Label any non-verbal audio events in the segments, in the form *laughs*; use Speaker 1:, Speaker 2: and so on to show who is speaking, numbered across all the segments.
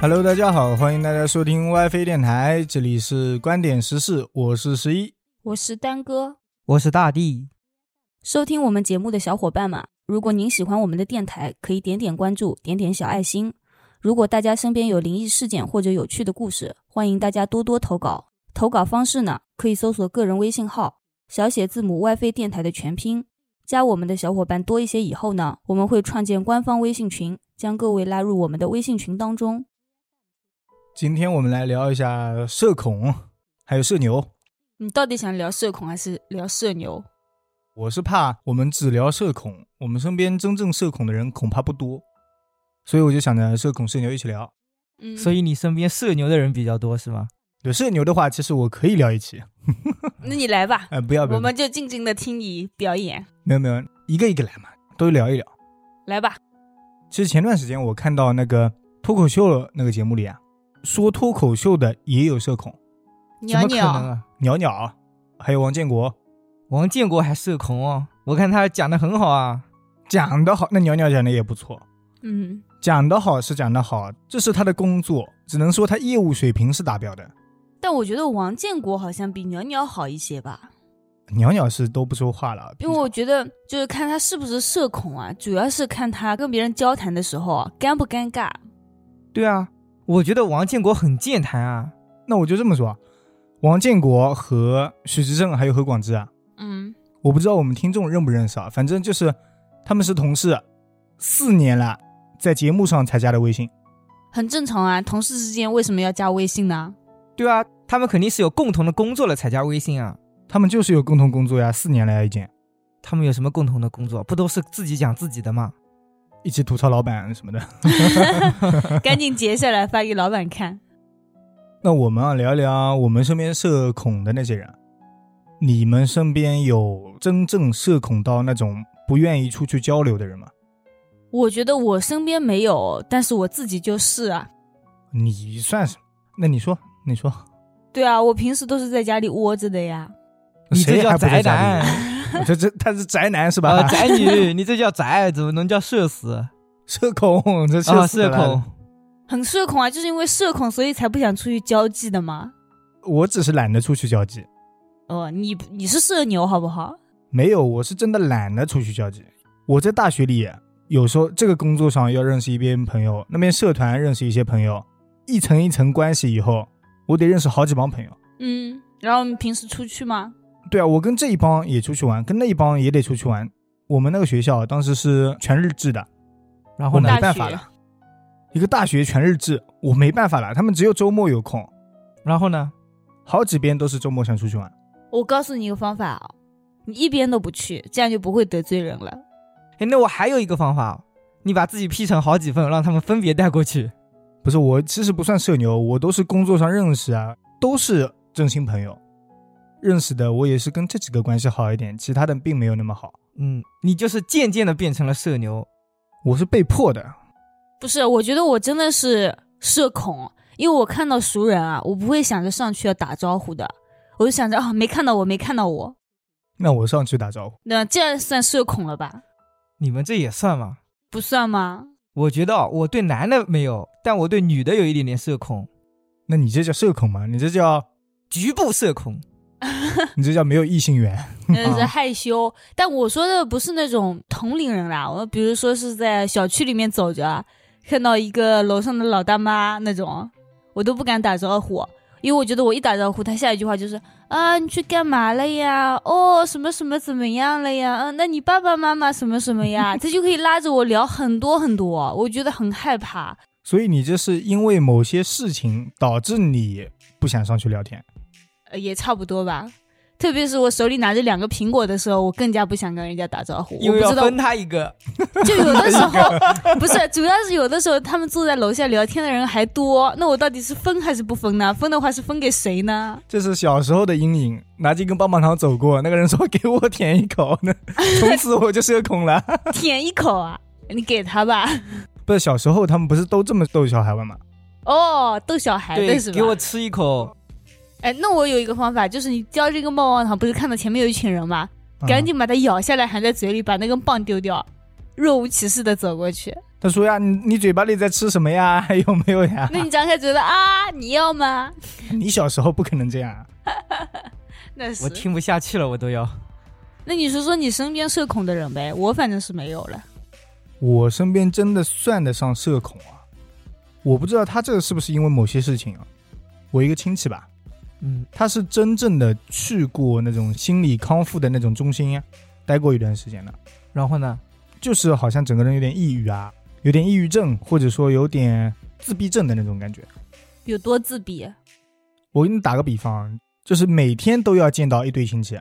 Speaker 1: Hello，大家好，欢迎大家收听 WiFi 电台，这里是观点时事，我是十一。
Speaker 2: 我是丹哥。
Speaker 3: 我是大地，
Speaker 2: 收听我们节目的小伙伴们，如果您喜欢我们的电台，可以点点关注，点点小爱心。如果大家身边有灵异事件或者有趣的故事，欢迎大家多多投稿。投稿方式呢，可以搜索个人微信号小写字母 WiFi 电台的全拼，加我们的小伙伴多一些以后呢，我们会创建官方微信群，将各位拉入我们的微信群当中。
Speaker 1: 今天我们来聊一下社恐，还有社牛。
Speaker 2: 你到底想聊社恐还是聊社牛？
Speaker 1: 我是怕我们只聊社恐，我们身边真正社恐的人恐怕不多，所以我就想着社恐社牛一起聊。
Speaker 2: 嗯
Speaker 3: 所以你身边社牛的人比较多是吗？
Speaker 1: 有社牛的话，其实我可以聊一期。
Speaker 2: 嗯那你来吧，
Speaker 1: 哎、不
Speaker 3: 啊
Speaker 1: 要不要，
Speaker 2: 我们就静静的听你表演，
Speaker 1: 没有没有，一个一个来嘛，都聊一聊。
Speaker 2: 来吧。
Speaker 1: 其实前段时间我看到那个脱口秀那个节目里啊，说脱口秀的也有社恐，
Speaker 2: 鸟
Speaker 1: 怎么可能
Speaker 2: 鸟，
Speaker 1: 啊？鸟鸟，还有王建国
Speaker 3: 王建国还社恐哦，我看他讲的很好啊。
Speaker 1: 讲得好，那鸟鸟讲的也不错，
Speaker 2: 嗯。
Speaker 1: 讲得好是讲得好，这是他的工作，只能说他业务水平是达标的。
Speaker 2: 但我觉得王建国好像比鸟鸟好一些吧，
Speaker 1: 鸟鸟是都不说话了，
Speaker 2: 因为我觉得就是看他是不是社恐啊，主要是看他跟别人交谈的时候啊尴不尴尬。
Speaker 3: 对啊，我觉得王建国很健谈啊。
Speaker 1: 那我就这么说，王建国和许志胜还有何广智啊，
Speaker 2: 嗯，
Speaker 1: 我不知道我们听众认不认识啊，反正就是他们是同事，四年了，在节目上才加的微信。
Speaker 2: 很正常啊，同事之间为什么要加微
Speaker 1: *laughs*
Speaker 2: 信呢？
Speaker 3: 对啊，他们肯定是有共同的工作了才加微信啊。
Speaker 1: 他们就是有共同工作呀，四年了呀，已经
Speaker 3: 他们有什么共同的工作？不都是自己讲自己的吗？
Speaker 1: 一起吐槽老板什么的。 *laughs*
Speaker 2: 赶紧截下来发给老板看。
Speaker 1: 那我们啊，聊一聊我们身边社恐的那些人。你们身边有真正社恐到那种不愿意出去交流的人吗？
Speaker 2: 我觉得我身边没有，但是我自己就是啊。
Speaker 1: 你算什么？那你说，你说，
Speaker 2: 对啊，我平时都是在家里窝着的呀。
Speaker 3: 你这
Speaker 1: 谁还
Speaker 3: 叫
Speaker 1: 不在
Speaker 3: 宅
Speaker 1: 家
Speaker 3: 男
Speaker 1: 里？
Speaker 3: *laughs*
Speaker 1: *laughs* 这这他是宅男是吧？
Speaker 3: 啊，宅女，你这叫宅，怎么能叫社死？
Speaker 1: 社恐，这 *laughs* 社
Speaker 3: 啊，社恐。。
Speaker 2: 很社恐啊，就是因为社恐，所以才不想出去交际的嘛。
Speaker 1: 我只是懒得出去交际，
Speaker 2: 哦，你你是社牛好不好？
Speaker 1: 没有，我是真的懒得出去交际。我在大学里，有时候这个工作上要认识一边朋友，那边社团认识一些朋友，一层一层关系以后，我得认识好几帮朋友。
Speaker 2: 嗯，然后你平时出去吗？
Speaker 1: 对啊，我跟这一帮也出去玩，跟那一帮也得出去玩。我们那个学校当时是全日制的，
Speaker 3: 然
Speaker 1: 我
Speaker 3: 后呢
Speaker 1: 没？
Speaker 2: 大
Speaker 1: 办法
Speaker 2: 学
Speaker 1: 了。一个大学全日制，我没办法了，他们只有周末有空，
Speaker 3: 然后呢？
Speaker 1: 好几边都是周末想出去玩。
Speaker 2: 我告诉你一个方法啊，你一边都不去，这样就不会得罪人了。
Speaker 3: 哎，那我还有一个方法，你把自己 P 成好几份，让他们分别带过去。
Speaker 1: 不是我，其实不算社牛，我都是工作上认识啊，都是真心朋友。认识的我也是跟这几个关系好一点，其他的并没有那么好。
Speaker 3: 嗯，你就是渐渐的变成了社牛。
Speaker 1: 我是被迫的，
Speaker 2: 不是，我觉得我真的是社恐，因为我看到熟人啊，我不会想着上去要打招呼的，我就想着啊，没看到我，没看到我，
Speaker 1: 那我上去打招呼，
Speaker 2: 那这样算社恐了吧？
Speaker 3: 你们这也算吗？
Speaker 2: 不算吗？
Speaker 3: 我觉得哦我对男的没有，但我对女的有一点点社恐，
Speaker 1: 那你这叫社恐吗？你这叫
Speaker 3: 局部社恐。
Speaker 1: 你这叫没有异性缘。
Speaker 3: 嗯
Speaker 2: 那是呃害羞。但我说的不是那种同龄人啦，我比如说是在小区里面走着啊，看到一个楼上的老大妈那种，我都不敢打招呼，因为我觉得我一打招呼，她下一句话就是啊，你去干嘛了呀？哦，什么什么怎么样了呀？嗯、那你爸爸妈妈什么什么呀？ *laughs* 她就可以拉着我聊很多很多，我觉得很害怕。
Speaker 1: 所以你这是因为某些事情导致你不想上去聊天。
Speaker 2: 呃，也差不多吧。特别是我手里拿着两个苹果的时候，我更加不想跟人家打招呼。
Speaker 3: 因为
Speaker 2: 我
Speaker 3: 要
Speaker 2: 不知道
Speaker 3: 分他一个，
Speaker 2: *laughs* 就有的时候不是，主要是有的时候他们坐在楼下聊天的人还多，那我到底是分还是不分呢？分的话是分给谁呢？
Speaker 1: 这是小时候的阴影，拿着一根棒棒糖走过，那个人说给我舔一口，那 *laughs* 从此我就社恐了。 *laughs*
Speaker 2: 舔一口啊，你给他吧。
Speaker 1: 不是小时候他们不是都这么逗小孩玩吗？
Speaker 2: 哦，逗小孩
Speaker 3: 对
Speaker 2: 的是，吧？
Speaker 3: 给我吃一口。
Speaker 2: 哎，那我有一个方法，就是你叼这个棒棒糖，不是看到前面有一群人吗？
Speaker 1: 嗯
Speaker 2: 赶紧把它咬下来，含在嘴里，把那根棒丢掉，若无其事的走过去。
Speaker 1: 他说呀，你你嘴巴里在吃什么呀？ *laughs* 还有没有呀？
Speaker 2: 那你张开嘴巴啊，你要吗？
Speaker 1: 你小时候不可能这样。啊
Speaker 2: 那
Speaker 3: 我
Speaker 2: 是。
Speaker 3: 听不下去了，我都要。
Speaker 2: 那你说说你身边社恐的人呗，我反正是没有了。
Speaker 1: 我身边真的算得上社恐啊，我不知道他这个是不是因为某些事情啊。我一个亲戚吧，
Speaker 3: 嗯，
Speaker 1: 他是真正的去过那种心理康复的那种中心呀、啊待过一段时间的，
Speaker 3: 然后呢？
Speaker 1: 就是好像整个人有点抑郁啊，有点抑郁症，或者说有点自闭症的那种感觉。
Speaker 2: 有多自闭？
Speaker 1: 我给你打个比方，啊就是每天都要见到一堆亲戚，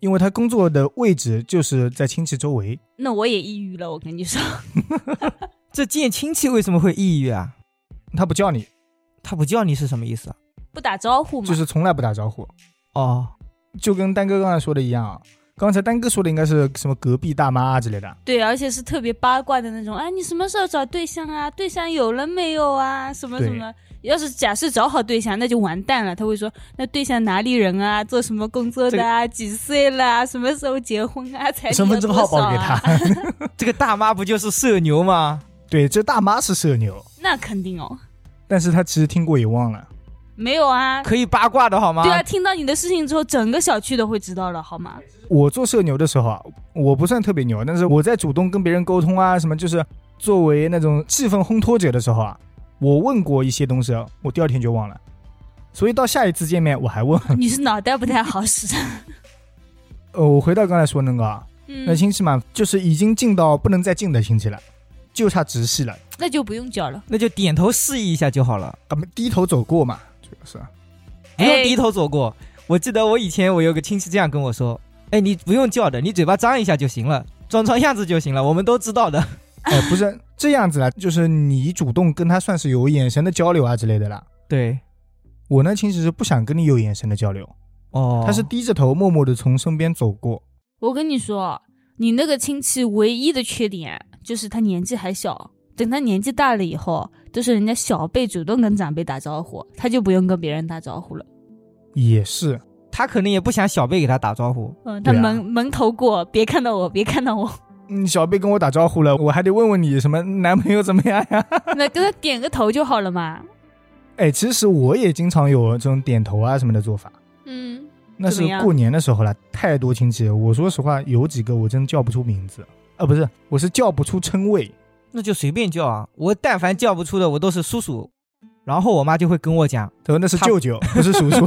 Speaker 1: 因为他工作的位置就是在亲戚周围。
Speaker 2: 那我也抑郁了，我跟你说。
Speaker 3: 这见亲戚为什么会抑郁啊？
Speaker 1: 他不叫你，
Speaker 3: 他不叫你是什么意思啊？
Speaker 2: 不打招呼嘛，
Speaker 1: 就是从来不打招呼，
Speaker 3: 哦， *laughs*
Speaker 1: 就跟丹哥刚才说的一样啊。刚才丹哥说的应该是什么隔壁大妈啊之类的，
Speaker 2: 对，而且是特别八卦的那种。哎，你什么时候找对象啊？对象有了没有啊？什么
Speaker 1: 对
Speaker 2: 什么？要是假设找好对象，那就完蛋了。他会说，那对象哪里人啊？做什么工作的啊？几岁了啊？什么时候结婚啊？才、
Speaker 1: 身份证号报给
Speaker 2: 啊
Speaker 1: 他。。 *laughs*
Speaker 3: 这个大妈不就是社牛吗？
Speaker 1: 对，这大妈是社牛，
Speaker 2: 那肯定哦，
Speaker 1: 但是他其实听过也忘了。
Speaker 2: 没有啊。
Speaker 3: 可以八卦的好吗？
Speaker 2: 对啊，听到你的事情之后，整个小区都会知道了，好吗？
Speaker 1: *laughs* 我做社牛的时候啊，我不算特别牛，但是我在主动跟别人沟通啊，什么就是作为那种气氛烘托者的时候啊，我问过一些东西啊，我第二天就忘了，所以到下一次见面我还问。 *laughs*
Speaker 2: 你是脑袋不太好使。
Speaker 1: 呃，我回到刚才说那个啊，
Speaker 2: 嗯
Speaker 1: 那，亲戚嘛，就是已经近到不能再近的亲戚了，就差直系了，
Speaker 2: 那就不用叫了。
Speaker 3: 那就点头示意一下就好了，
Speaker 1: 咱们呃低头走过嘛，主要是
Speaker 3: 不用
Speaker 2: 哎
Speaker 3: 低头走过。我记得我以前我有个亲戚这样跟我说：“哎，你不用叫的，你嘴巴张一下就行了，装装样子就行了，我们都知道的。 *laughs*
Speaker 1: 哎，不是这样子啦，就是你主动跟他算是有眼神的交流啊之类的啦。”
Speaker 3: 对，
Speaker 1: 我呢，亲戚是不想跟你有眼神的交流，
Speaker 3: 哦，
Speaker 1: 他是低着头默默的从身边走过。
Speaker 2: 我跟你说，你那个亲戚唯一的缺点就是他年纪还小，等他年纪大了以后，都是人家小辈主动跟长辈打招呼，他就不用跟别人打招呼了。
Speaker 1: 也是，
Speaker 3: 他可能也不想小贝给他打招呼，
Speaker 2: 嗯，他
Speaker 1: 对啊
Speaker 2: 蒙、蒙头过，别看到我，别看到我，
Speaker 1: 嗯，小贝跟我打招呼了，我还得问问你什么男朋友怎么样呀？
Speaker 2: *laughs*
Speaker 1: *laughs*
Speaker 2: 那跟他点个头就好了嘛。
Speaker 1: 哎，其实我也经常有这种点头啊什么的做法。
Speaker 2: 嗯，
Speaker 1: 那
Speaker 2: 怎
Speaker 1: 是
Speaker 2: 么样
Speaker 1: 过年的时候了，太多亲戚，我说实话，有几个我真叫不出名字，啊，不是，我是叫不出称谓。
Speaker 3: 那就随便叫啊。我但凡叫不出的，我都是叔叔。然后我妈就会跟
Speaker 1: *laughs*
Speaker 3: 我讲
Speaker 1: 他说那是
Speaker 3: 他
Speaker 1: 舅舅，不是叔叔。：“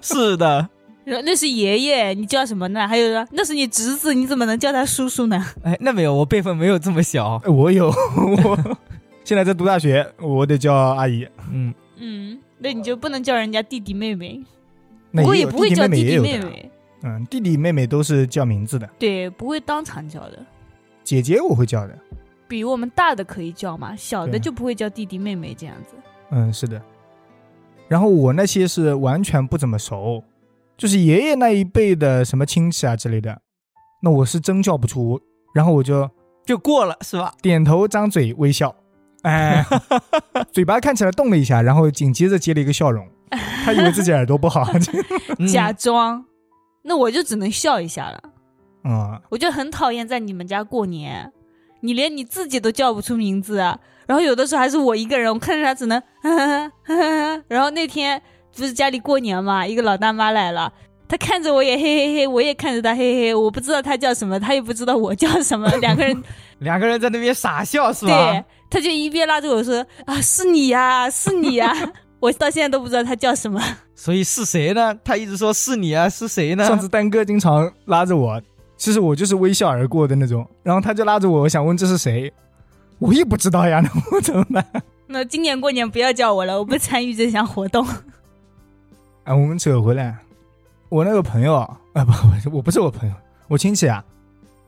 Speaker 3: 是的，
Speaker 2: 然后那是爷爷，你叫什么呢？还有呢，那是你侄子，你怎么能叫他叔叔呢？
Speaker 3: *laughs* 哎，那没有，我辈分没有这么小。
Speaker 1: 哎我有，我现在在读大学，我得叫阿姨。
Speaker 3: 嗯，
Speaker 2: 嗯，那你就不能叫人家弟弟妹妹，
Speaker 1: 那
Speaker 2: 我
Speaker 1: 也
Speaker 2: 也
Speaker 1: 有
Speaker 2: 不会
Speaker 1: 弟
Speaker 2: 叫
Speaker 1: 弟妹
Speaker 2: 弟
Speaker 1: 妹也
Speaker 2: 弟
Speaker 1: 有
Speaker 2: 妹
Speaker 1: 的
Speaker 2: 妹，
Speaker 1: 嗯，弟弟妹妹都是叫名字的，
Speaker 2: 对，不会当场叫的。
Speaker 1: 姐姐我会叫的。
Speaker 2: 比我们大的可以叫嘛，小的
Speaker 1: 对
Speaker 2: 就不会叫弟弟妹妹这样子。
Speaker 1: 嗯，是的。然后我那些是完全不怎么熟，就是爷爷那一辈的什么亲戚啊之类的，那我是真叫不出。然后我就
Speaker 3: 就过了是吧？
Speaker 1: 点头、张嘴、微笑，哎，嘴巴看起来动了一下，然后紧接着接了一个笑容。他以为自己耳朵不好， *laughs*
Speaker 3: 嗯
Speaker 2: 假装，那我就只能笑一下了。
Speaker 1: 嗯，
Speaker 2: 我就很讨厌在你们家过年，你连你自己都叫不出名字啊。然后有的时候还是我一个人，我看着他只能 *laughs* 然后那天不是家里过年嘛，一个老大妈来了。她看着我也嘿嘿嘿，我也看着她嘿嘿嘿，我不知道她叫什么，她也不知道我叫什
Speaker 3: *laughs*
Speaker 2: 么，两个人
Speaker 3: 两个人在那边傻笑是吧
Speaker 2: 对？，他就一边拉着我说啊，是你呀、是你呀、
Speaker 3: *laughs*
Speaker 2: 我到现在都不知道他叫什么。
Speaker 3: 所以是谁呢？他一直说是你啊，是谁呢？
Speaker 1: 上次丹哥经常拉着我，其实我就是微笑而过的那种，然后他就拉着我，我想问这是谁，我也不知道呀，那我怎么办？ *laughs*
Speaker 2: 那今年过年不要叫我了，我不参与这项活动。
Speaker 1: 哎，我们扯回来，我那个朋友啊， *laughs* 啊不，不是我不是我朋友，我亲戚啊，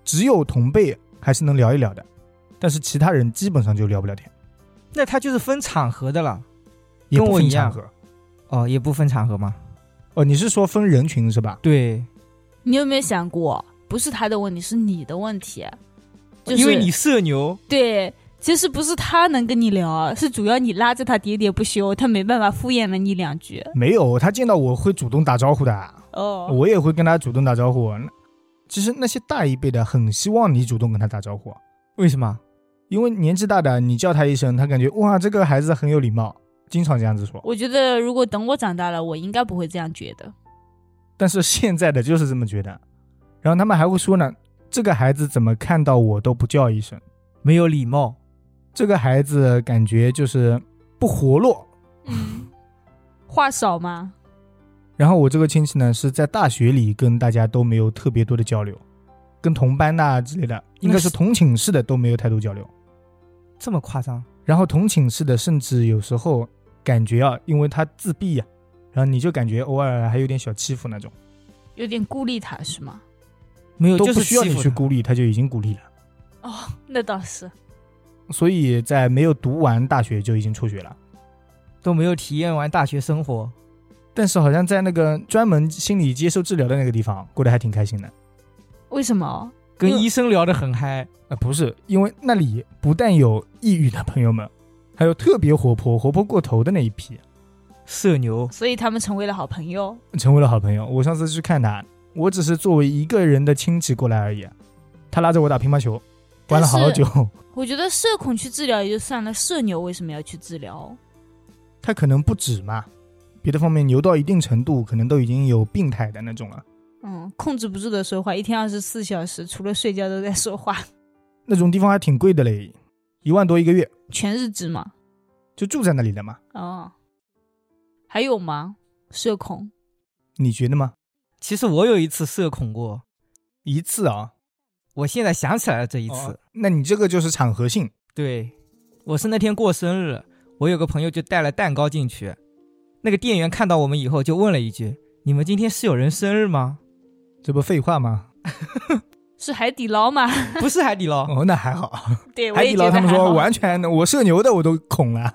Speaker 1: 只有同辈还是能聊一聊的，但是其他人基本上就聊不了天，
Speaker 3: 那他就是分场合的了。
Speaker 1: 也
Speaker 3: 跟
Speaker 1: 不
Speaker 3: 我
Speaker 1: 分
Speaker 3: 一
Speaker 1: 场
Speaker 3: 样
Speaker 1: 合。
Speaker 3: 哦，也不分场合吗？
Speaker 1: 哦，你是说分人群是吧？
Speaker 3: 对，
Speaker 2: *laughs* 你有没有想过，不是他的问题，是你的问题？就是
Speaker 3: 因为你社牛，
Speaker 2: 对，其实不是他能跟你聊，是主要你拉着他喋喋不休，他没办法敷衍了你两句。
Speaker 1: 没有，他见到我会主动打招呼的啊，
Speaker 2: 哦，
Speaker 1: 我也会跟他主动打招呼。那其实那些大一辈的很希望你主动跟他打招呼，啊
Speaker 3: 为什么？
Speaker 1: 因为年纪大的，你叫他一声，他感觉哇，这个孩子很有礼貌，经常这样子说。
Speaker 2: 我觉得如果等我长大了，我应该不会这样觉得。
Speaker 1: 但是现在的就是这么觉得，然后他们还会说呢，这个孩子怎么看到我都不叫一声，
Speaker 3: 没有礼貌。
Speaker 1: 这个孩子感觉就是不活络。
Speaker 2: 嗯，话少吗？
Speaker 1: 然后我这个亲戚呢是在大学里跟大家都没有特别多的交流，跟同班呐、之类的，应该是同寝室的都没有太多交流。
Speaker 3: 这么夸张？
Speaker 1: 然后同寝室的甚至有时候感觉啊，因为他自闭呀、然后你就感觉偶尔还有点小欺负那种，
Speaker 2: 有点孤立他是吗？
Speaker 3: 没有，
Speaker 1: 都
Speaker 3: 就
Speaker 1: 不
Speaker 3: 是
Speaker 1: 需要
Speaker 3: 欺
Speaker 1: 你
Speaker 3: 负
Speaker 1: 去
Speaker 3: 他
Speaker 1: 孤立，他就已经孤立了。
Speaker 2: 哦，那倒是。
Speaker 1: 所以在没有读完大学就已经辍学了。
Speaker 3: 都没有体验完大学生活。
Speaker 1: 但是好像在那个专门心理接受治疗的那个地方，过得还挺开心的。
Speaker 2: 为什么？
Speaker 3: 跟
Speaker 2: 因为
Speaker 3: 医生聊得很嗨，
Speaker 1: 呃，不是，因为那里不但有抑郁的朋友们，还有特别活泼、活泼过头的那一批，
Speaker 3: 社牛，
Speaker 2: 所以他们成为了好朋友。
Speaker 1: 成为了好朋友。我上次去看他，我只是作为一个人的亲戚过来而已，啊他拉着我打乒乓球，玩了好久。 *laughs*
Speaker 2: 我觉得社恐去治疗也就算了，社牛为什么要去治疗？
Speaker 1: 他可能不止嘛，别的方面牛到一定程度，可能都已经有病态的那种了。
Speaker 2: 嗯，控制不住的说话，一天二十四小时，除了睡觉都在说话，
Speaker 1: 那种地方还挺贵的嘞，一万多一个月，
Speaker 2: 全日制嘛。
Speaker 1: 就住在那里了嘛。
Speaker 2: 哦，还有吗？社恐，
Speaker 1: 你觉得吗？
Speaker 3: 其实我有一次社恐过，
Speaker 1: 一次啊，
Speaker 3: 我现在想起来了这一
Speaker 1: 一
Speaker 3: 次。
Speaker 1: 那你这个就是场合性。
Speaker 3: 对，我是那天过生日，我有个朋友就带了蛋糕进去，那个店员看到我们以后就问了一句：“你们今天是有人生日吗
Speaker 1: 这不废话吗？
Speaker 2: 是海底捞吗？？”
Speaker 3: 不是海底
Speaker 2: *laughs*
Speaker 3: 捞，
Speaker 1: 哦，那还好。
Speaker 2: 对，我
Speaker 1: 海
Speaker 2: 也
Speaker 1: 底
Speaker 2: 觉
Speaker 1: 捞
Speaker 2: 得
Speaker 1: 他们
Speaker 2: 还
Speaker 1: 说
Speaker 2: 好
Speaker 1: 完全，我社牛的我都恐了。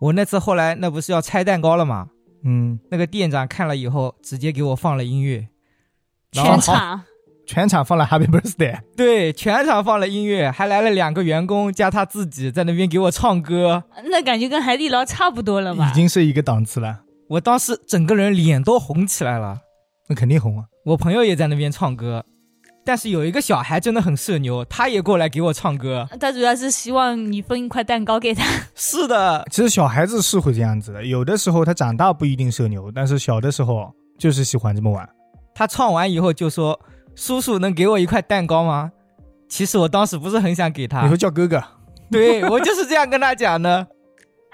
Speaker 3: 我那次后来那不是要拆蛋糕了吗？
Speaker 1: 嗯，
Speaker 3: 那个店长看了以后，直接给我放了音乐，然后
Speaker 2: 全
Speaker 1: 啊
Speaker 2: 场
Speaker 1: 全场放了 Happy Birthday，
Speaker 3: 对，全场放了音乐，还来了两个员工加他自己在那边给我唱歌，
Speaker 2: 那感觉跟海底捞差不多了吧？
Speaker 1: 已经是一个档次了，
Speaker 3: 我当时整个人脸都红起来了。
Speaker 1: 那肯定红啊。
Speaker 3: 我朋友也在那边唱歌，但是有一个小孩真的很社牛，他也过来给我唱歌。
Speaker 2: 他主要是希望你分一块蛋糕给他。 *laughs*
Speaker 3: 是的，
Speaker 1: 其实小孩子是会这样子的，有的时候他长大不一定社牛，但是小的时候就是喜欢这么玩。
Speaker 3: 他唱完以后就说：“叔叔能给我一块蛋糕吗？”其实我当时不是很想给
Speaker 1: 你
Speaker 2: 啊
Speaker 3: 他
Speaker 1: 说，叫哥哥，
Speaker 3: 对我就是这样跟他讲的。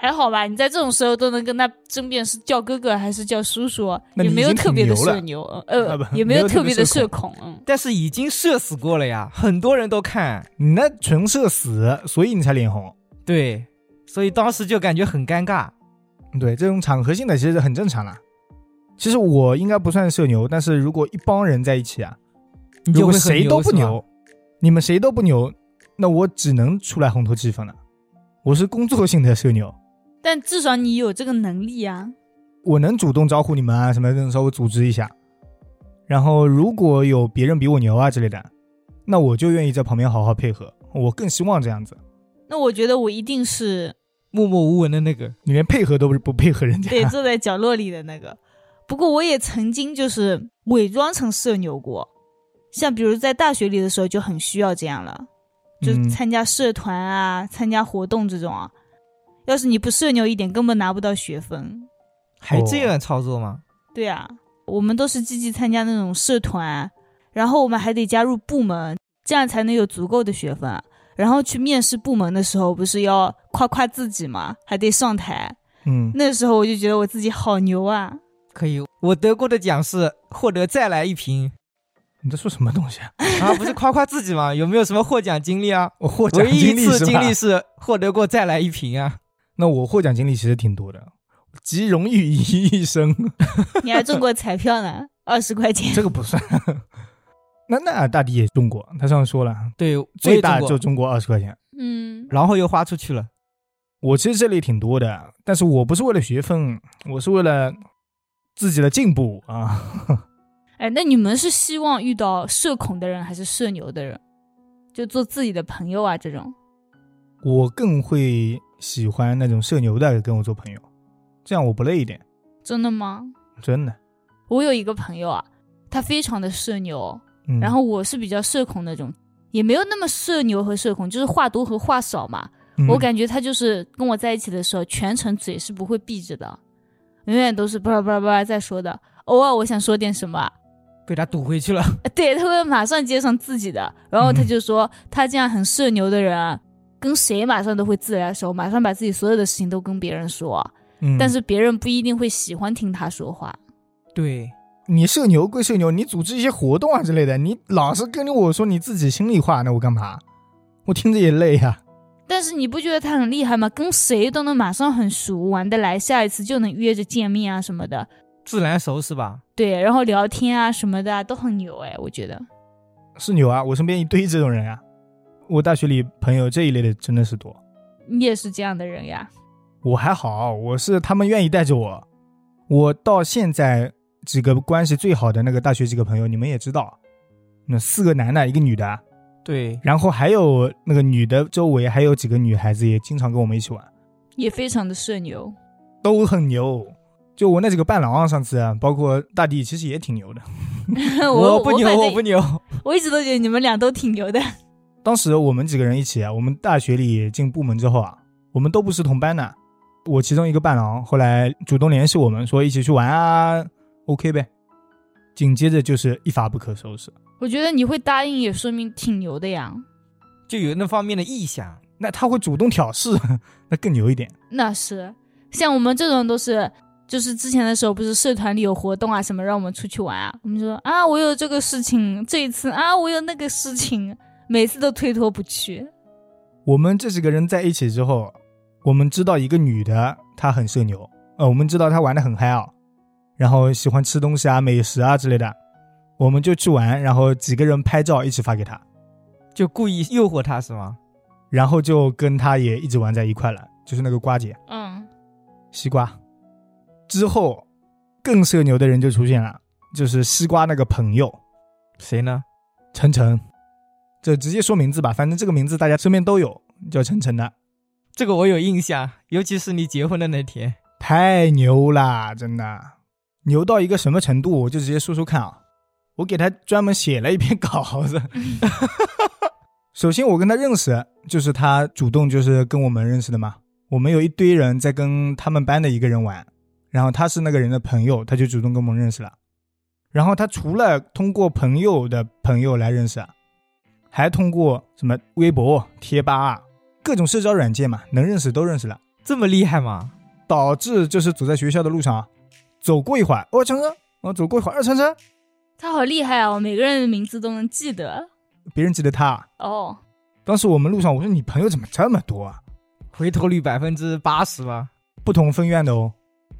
Speaker 2: 还好吧，你在这种时候都能跟他争辩是叫哥哥还是叫叔叔，
Speaker 1: 那
Speaker 2: 也
Speaker 1: 你
Speaker 2: 没
Speaker 1: 已
Speaker 2: 有
Speaker 1: 经
Speaker 2: 特
Speaker 1: 挺
Speaker 2: 别的
Speaker 1: 牛了
Speaker 2: 社牛，呃
Speaker 1: 啊，不
Speaker 2: 也
Speaker 1: 没
Speaker 2: 有
Speaker 1: 有
Speaker 2: 特
Speaker 1: 特
Speaker 2: 别
Speaker 1: 别
Speaker 2: 的
Speaker 1: 社
Speaker 2: 恐，嗯，
Speaker 3: 但是已经社死过了呀，很多人都看，
Speaker 1: 你那纯社死，所以你才脸红。
Speaker 3: 对，所以当时就感觉很尴尬。
Speaker 1: 对，这种场合性的其实很正常啦。其实我应该不算社牛，但是如果一帮人在一起啊，
Speaker 3: 你
Speaker 1: 如
Speaker 3: 就
Speaker 1: 果
Speaker 3: 会很
Speaker 1: 谁都不
Speaker 3: 是吧，
Speaker 1: 牛，你们谁都不牛，那我只能出来烘托气氛了。我是工作性的社牛，
Speaker 2: 但至少你有这个能力啊。
Speaker 1: 我能主动招呼你们啊，什么的，稍微组织一下。然后如果有别人比我牛啊之类的，那我就愿意在旁边好好配合。我更希望这样子，
Speaker 2: 那我觉得我一定是
Speaker 3: 默默无闻的那个，
Speaker 1: 你连配合都不是不配合人家。哦
Speaker 2: *laughs* 对
Speaker 1: *laughs*
Speaker 2: 坐在角落里的那个。不过我也曾经就是伪装成社牛过，像比如在大学里的时候就很需要这样了，就
Speaker 1: 嗯
Speaker 2: 参加社团啊、参加活动这种啊。要是你不社牛一点，根本拿不到学分。
Speaker 3: 还这样操作吗？
Speaker 2: 对啊，我们都是积极参加那种社团，然后我们还得加入部门，这样才能有足够的学分啊。然后去面试部门的时候，不是要夸夸自己嘛，还得上台。
Speaker 1: 嗯，
Speaker 2: 那时候我就觉得我自己好牛啊！
Speaker 3: 可以，我得过的奖是获得再来一瓶
Speaker 1: 你在说什么东西啊？
Speaker 3: 啊，不是夸夸自己吗？ *laughs* 有没有什么获奖经历啊？
Speaker 1: 我获奖
Speaker 3: 唯一
Speaker 1: 经历
Speaker 3: 一次
Speaker 1: 是
Speaker 3: 经
Speaker 1: 吧
Speaker 3: 历？是获得过再来一瓶啊。
Speaker 1: 那我获奖经历其实挺多的，集荣誉于一
Speaker 3: *laughs*
Speaker 1: 身，
Speaker 2: 你还中过彩票呢，二十块钱。
Speaker 1: 这个不算。那那大迪也中过，他上次说了，
Speaker 3: 对，我也
Speaker 1: 最
Speaker 3: 中
Speaker 1: 大
Speaker 3: 过
Speaker 1: 就中过二十块钱。
Speaker 2: 嗯，
Speaker 3: 然后又花出去了。
Speaker 1: 我其实这里挺多的，但是我不是为了学分，我是为了自己的进步啊。
Speaker 2: 哎，那你们是希望遇到社恐的人还是社牛的人？就做自己的朋友啊，这种。
Speaker 1: 我更会喜欢那种社牛的跟我做朋友，这样我不累一点，
Speaker 2: 真的吗？
Speaker 1: 真的。
Speaker 2: 我有一个朋友啊，他非常的社牛，
Speaker 1: 嗯，
Speaker 2: 然后我是比较社恐那种，也没有那么社牛和社恐，就是话多和话少嘛。
Speaker 1: 嗯
Speaker 2: 我感觉他就是跟我在一起的时候，全程嘴是不会闭着的，永远都是巴拉巴拉巴拉在说的。偶尔我想说点什么，啊
Speaker 3: 被他堵回去了。 *laughs*
Speaker 2: 对他会马上接上自己的，然
Speaker 3: 嗯
Speaker 2: 后他就说、他这样很社牛的人，啊跟谁马上都会自来熟，马上把自己所有的事情都跟别人说，
Speaker 1: 嗯，
Speaker 2: 但是别人不一定会喜欢听他说话。
Speaker 3: 对，
Speaker 1: 你社牛归社牛，你组织一些活动啊之类的，你老是跟我说你自己心里话，那我干嘛？我听着也累啊呀、
Speaker 2: 但是你不觉得他很厉害吗？跟谁都能马上很熟，玩得来，下一次就能约着见面啊什么的。
Speaker 3: 自然熟是吧？
Speaker 2: 对，然后聊天啊什么的啊都很牛哎，我觉得。
Speaker 1: 是牛啊！我身边一堆这种人啊，我大学里朋友这一类的真的是多。
Speaker 2: 你也是这样的人呀？
Speaker 1: 我还好，我是他们愿意带着我。我到现在几个关系最好的那个大学几个朋友，你们也知道，那四个男的，一个女的，
Speaker 3: 对，
Speaker 1: 然后还有那个女的周围还有几个女孩子也经常跟我们一起玩，
Speaker 2: 也非常的社
Speaker 3: *laughs*
Speaker 2: 牛。
Speaker 1: 都很牛。就我那几个伴郎啊，上次啊包括大地，其实也挺牛的。
Speaker 2: 我
Speaker 3: 不牛，
Speaker 2: 我
Speaker 3: 我
Speaker 2: 反
Speaker 3: 不
Speaker 2: 正
Speaker 3: 牛。 *laughs*
Speaker 2: 我一直都觉得你们俩都挺牛的。
Speaker 1: 当时我们几个人一起啊，我们大学里进部门之后啊，我们都不是同班的。我其中一个伴郎后来主动联系我们说一起去玩啊，OK 呗。紧接着就是一发不可收拾。
Speaker 2: 我觉得你会答应，也说明挺牛的呀。
Speaker 3: 就有那方面的意向，
Speaker 1: 那他会主动挑事， *laughs* 那更牛一点。
Speaker 2: 那是，像我们这种都是，就是之前的时候不是社团里有活动啊什么，让我们出去玩啊，我们就说啊我有这个事情，这一次啊我有那个事情，每次都推脱不去。
Speaker 1: 我们这几个人在一起之后，我们知道一个女的她很社牛，呃，我们知道她玩的很嗨啊，然后喜欢吃东西啊、美食啊之类的，我们就去玩，然后几个人拍照一起发给她，
Speaker 3: 就故意诱惑他是吗？
Speaker 1: 然后就跟她也一直玩在一块了，就是那个瓜姐
Speaker 2: 嗯，
Speaker 1: 西瓜。之后，更社牛的人就出现了，就是西瓜那个朋友
Speaker 3: 谁呢？
Speaker 1: 晨晨，这直接说名字吧，反正这个名字大家身边都有，叫晨晨的。
Speaker 3: 这个我有印象，尤其是你结婚的那天，
Speaker 1: 太牛啦，真的牛到一个什么程度？我就直接说说看啊，我给他专门写了一篇稿子。 *laughs* 首先，我跟他认识，就是他主动就是跟我们认识的嘛。我们有一堆人在跟他们班的一个人玩，然后他是那个人的朋友，他就主动跟我们认识了。然后他除了通过朋友的朋友来认识，啊，还通过什么微博、贴吧啊、各种社交软件嘛，能认识都认识了。
Speaker 3: 这么厉害吗？
Speaker 1: 导致就是走在学校的路上啊，走过一会儿，哦，晨晨，哦，走过一会儿，哦，晨晨，
Speaker 2: 他好厉害啊，我每个人的名字都能记得
Speaker 1: 别人记得他啊。
Speaker 2: 哦。
Speaker 1: 当时我们路上，我说你朋友怎么这么多啊？
Speaker 3: 回头率百分之八十吧。
Speaker 1: 不同分院的哦，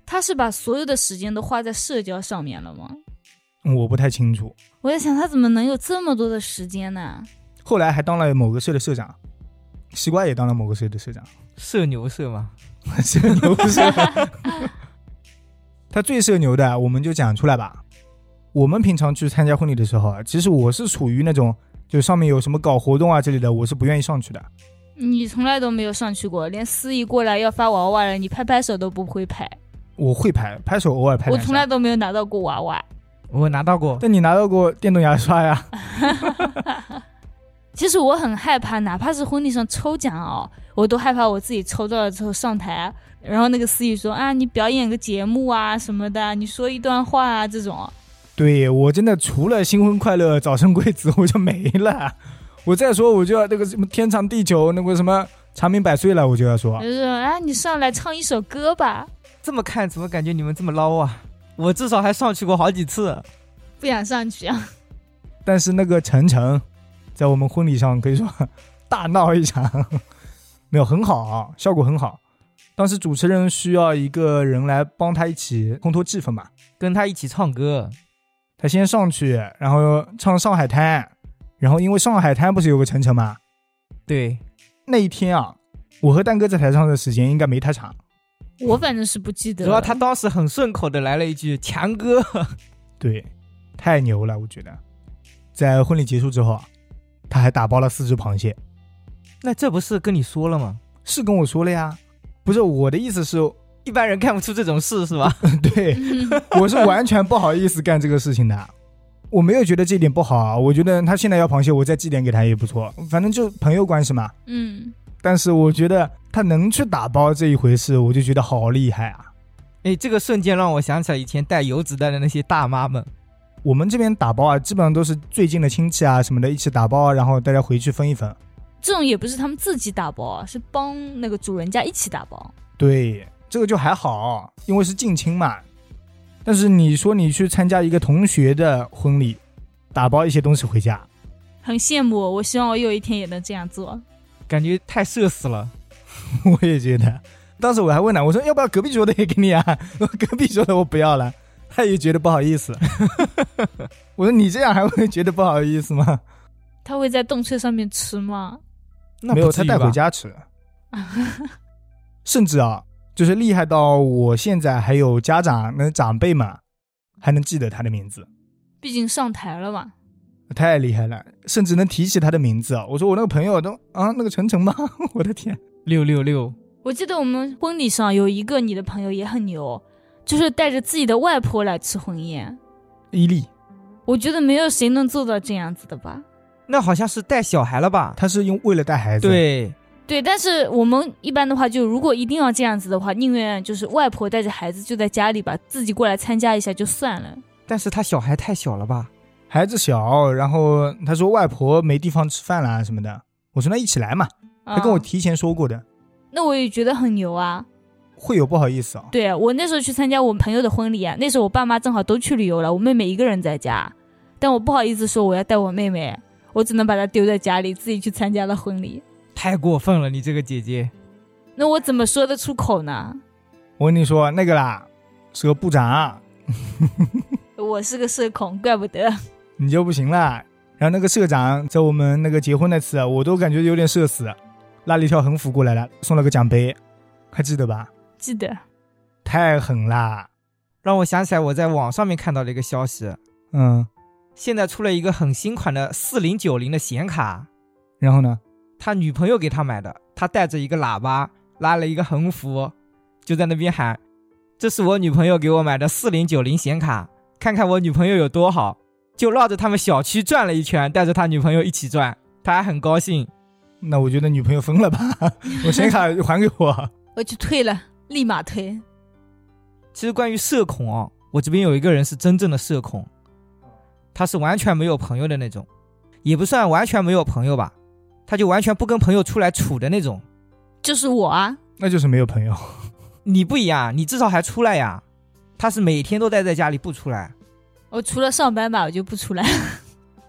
Speaker 2: 他是把所有的时间都花在社交上面了吗？
Speaker 1: 嗯我不太清楚。
Speaker 2: 我在想他怎么能有这么多的时间呢？
Speaker 1: 后来还当了某个社的社长，西瓜也当了某个社的社长， *laughs*
Speaker 3: 社牛社吗？
Speaker 1: 社 *laughs* 牛不是？他最社牛的，我们就讲出来吧。我们平常去参加婚礼的时候啊，其实我是属于那种，就上面有什么搞活动啊之类的，我是不愿意上去的。
Speaker 2: 你从来都没有上去过，连司仪过来要发娃娃了，你拍拍手都不会拍。
Speaker 1: 我会拍，拍手偶尔拍
Speaker 2: 我
Speaker 1: 两下。
Speaker 2: 从来都没有拿到过娃娃。
Speaker 3: 我拿到过，
Speaker 1: 但你拿到过电动牙刷呀？
Speaker 2: 其实我很害怕，哪怕是婚礼上抽奖哦，我都害怕我自己抽到了之后上台，啊然后那个司仪说啊，你表演个节目啊什么的，你说一段话啊这种。
Speaker 1: 对我真的除了新婚快乐、早生贵子，我就没了。我再说我就要那个什么天长地久，那个什么长命百岁了，我就要说
Speaker 2: 就。是啊，你上来唱一首歌吧，
Speaker 3: 这么看怎么感觉你们这么捞啊？我至少还上去过好几次，
Speaker 2: 不想上去啊。 *laughs*
Speaker 1: 但是那个晨晨，在我们婚礼上可以说大闹一场， *laughs* 没有很好、啊，效果很好。当时主持人需要一个人来帮他一起烘托气氛嘛，
Speaker 3: 跟他一起唱歌，
Speaker 1: 他先上去，然后唱《上海滩》，然后因为《上海滩》不是有个晨晨嘛，
Speaker 3: 对，
Speaker 1: 那一天啊，我和蛋哥在台上的时间应该没他长。
Speaker 2: 我反正是不记得
Speaker 3: 主
Speaker 2: 了。
Speaker 3: 要他当时很顺口的来了一句“强哥 *laughs*
Speaker 1: 对，太牛了，我觉得。在婚礼结束之后啊，他还打包了四只螃蟹，”，
Speaker 3: 那这不是跟你说了吗？
Speaker 1: 是跟我说了呀。不是我的意思是， *laughs*
Speaker 3: 一般人干不出这种事是吧？
Speaker 1: 对，
Speaker 2: 嗯
Speaker 1: 我是完全不好意思干这个事情的。我没有觉得这一点不好啊，我觉得他现在要螃蟹，我再寄点给他也不错，反正就朋友关系嘛。
Speaker 2: 嗯，
Speaker 1: 但是我觉得他能去打包这一回事，我就觉得好厉害啊！
Speaker 3: 哎，这个瞬间让我想起来以前带油纸袋的那些大妈们，
Speaker 1: 我们这边打包啊，基本上都是最近的亲戚啊什么的一起打包，然后大家回去分一分。
Speaker 2: 这种也不是他们自己打包啊，是帮那个主人家一起打包。
Speaker 1: 对，这个就还好，因为是近亲嘛。但是你说你去参加一个同学的婚礼，打包一些东西回家， *laughs*
Speaker 2: 很羡慕，我希望我有一天也能这样做。
Speaker 3: 感觉太社死了。
Speaker 1: 我也觉得。当时我还问他，我说要不要隔壁桌的也给你啊？ *laughs* 我说隔壁桌的我不要了，他也觉得不好意思。 *laughs* 我说你这样还会觉得不好意思吗？
Speaker 2: 他会在冻翠上面吃吗？ *laughs*
Speaker 3: 那
Speaker 1: 没有，
Speaker 3: 不至
Speaker 1: 他
Speaker 3: 于
Speaker 1: 带
Speaker 3: 吧
Speaker 1: 回。家吃。甚至啊，就是厉害到我现在还有家长、那长辈们还能记得他的名字，
Speaker 2: 毕竟上台了嘛。
Speaker 1: 太厉害了，甚至能提起他的名字啊！我说我那个朋友都啊，那个晨晨吧， *laughs* 我的天，
Speaker 3: 六六六，
Speaker 2: 我记得我们婚礼上有一个你的朋友也很牛，就是带着自己的外婆来吃婚宴。
Speaker 1: 伊利，
Speaker 2: 我觉得没有谁能做到这样子的吧。
Speaker 3: 那好像是带小孩了吧？
Speaker 1: 他是用为了带孩子，，
Speaker 3: 对，
Speaker 2: 对，但是我们一般的话，就如果一定要这样子的话，宁愿就是外婆带着孩子就在家里吧，自己过来参加一下就算了。
Speaker 3: 但是他小孩太小了吧？
Speaker 1: 孩子小，然后他说外婆没地方吃饭啦什么的，我说那一起来嘛，
Speaker 2: 啊
Speaker 1: 哎他跟我提前说过的，
Speaker 2: 那我也觉得很牛啊。
Speaker 1: 会有不好意思啊，
Speaker 2: 对我那时候去参加我朋友的婚礼啊，那时候我爸妈正好都去旅游了，我妹妹一个人在家，但我不好意思说我要带我妹妹，我只能把她丢在家里，自己去参加了婚礼。
Speaker 3: 太过分了，你这个姐姐。
Speaker 2: 那我怎么说得出口呢？
Speaker 1: 我跟你说那个啦，是个部长，
Speaker 2: 我是个社恐，怪不得。
Speaker 1: 你就不行了。然后那个社长在我们那个结婚那次，啊我都感觉有点社死，啊拉了一条横幅过来了，送了个奖杯，还记得吧？
Speaker 2: *laughs* 记得
Speaker 1: 太狠啦！
Speaker 3: 让我想起来我在网上面看到了一个消息，
Speaker 1: 嗯，
Speaker 3: 现在出了一个很新款的四零九零的显卡，
Speaker 1: 然后呢？
Speaker 3: 他女朋友给他买的，他带着一个喇叭，拉了一个横幅，就在那边喊：“这是我女朋友给我买的四零九零显卡，看看我女朋友有多好。”就绕着他们小区转了一圈，带着他女朋友一起转，他还很高兴。
Speaker 1: 那我觉得女朋友疯了吧？我显卡还给我。
Speaker 2: 我就退了，立马退。
Speaker 3: 其实关于社恐哦，我这边有一个人是真正的社恐，他是完全没有朋友的那种，也不算完全没有朋友吧，他就完全不跟朋友出来处的那种。
Speaker 2: 就是我啊，
Speaker 1: 那就是没有朋友。
Speaker 3: 你不一样，你至少还出来呀。他是每天都待在家里不出来，
Speaker 2: 我除了上班吧，我就不出来。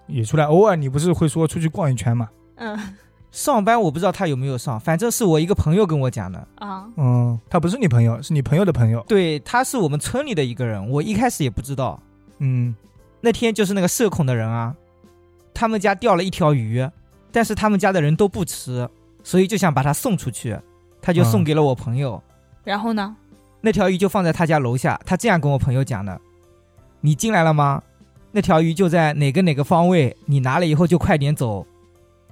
Speaker 1: 也出来，偶尔你不是会说出去逛一圈嘛？
Speaker 2: *laughs* 嗯
Speaker 3: 上班我不知道他有没有上，反正是我一个朋友跟我讲的。
Speaker 2: *laughs* 啊，
Speaker 1: 嗯，他不是你朋友，是你朋友的朋友。
Speaker 3: 对，他是我们村里的一个人，我一开始也不知道。
Speaker 1: 嗯，
Speaker 3: 那天就是那个社恐的人啊，他们家钓了一条鱼，但是他们家的人都不吃，所以就想把它送出去，他就送给了我朋友。
Speaker 2: 然后呢？
Speaker 3: 那条鱼就放在他家楼下，他这样跟我朋友讲的：“你进来了吗？那条鱼就在哪个哪个方位，你拿了以后就快点走。”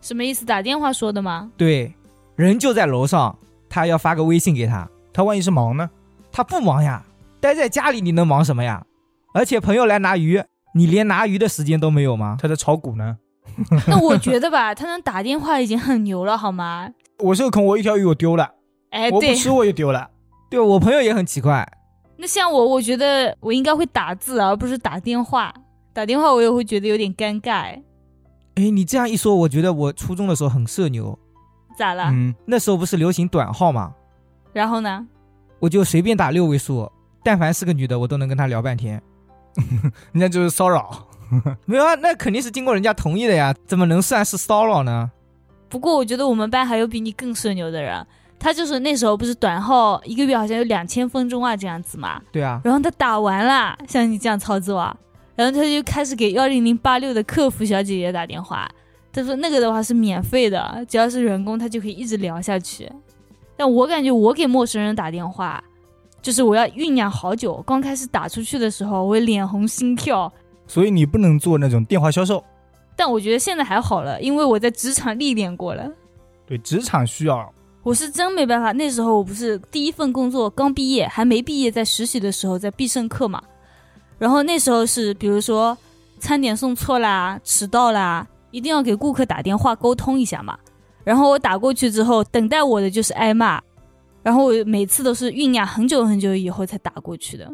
Speaker 2: 什么意思？打电话说的 *laughs* 吗？
Speaker 3: 对，人就在楼上，他要发个微信给他，
Speaker 1: 他万一是忙呢？
Speaker 3: 他不忙呀，待在家里你能忙什么呀？而且朋友来拿鱼，你连拿鱼的时间都没有吗？
Speaker 1: 他在炒股呢？
Speaker 2: 那我觉得吧，他能打电话已经很牛了，好吗？
Speaker 1: 我社恐，我一条鱼我丢了，
Speaker 2: 哎，
Speaker 1: 我不
Speaker 2: 对，
Speaker 1: 吃我也丢了。
Speaker 3: 对我朋友也很奇怪，
Speaker 2: 那像我，我觉得我应该会打字，而不是打电话。打电话我也会觉得有点尴尬，哎
Speaker 3: 哎，你这样一说，我觉得我初中的时候很社牛，
Speaker 2: 咋了？
Speaker 1: 嗯，
Speaker 3: 那时候不是流行短号嘛，
Speaker 2: 然后呢？
Speaker 3: 我就随便打六位数，但凡是个女的，我都能跟她聊半天。
Speaker 1: 人家就是骚扰。
Speaker 3: 没有啊，那肯定是经过人家同意的呀，怎么能算是骚扰呢？
Speaker 2: 不过我觉得我们班还有比你更社牛的人，他就是那时候不是短号一个月好像有两千分钟啊这样子嘛，
Speaker 3: 对啊， *laughs*
Speaker 2: 然后他打完了，像你这样操作啊，然后他就开始给幺零零八六的客服小姐姐打电话，他说那个的话是免费的，只要是员工他就可以一直聊下去。但我感觉我给陌生人打电话，就是我要酝酿好久，刚开始打出去的时候我会脸红心跳，
Speaker 1: 所以你不能做那种电话销售。
Speaker 2: 但我觉得现在还好了，因为我在职场历练过了。
Speaker 1: 对，职场需要。
Speaker 2: 我是真没办法，那时候我不是第一份工作刚毕业，还没毕业，在实习的时候在必胜客嘛。然后那时候是，比如说餐点送错啦、迟到啦，一定要给顾客打电话沟通一下嘛。然后我打过去之后，等待我的就是挨骂，然后我每次都是酝酿很久很久以后才打过去的，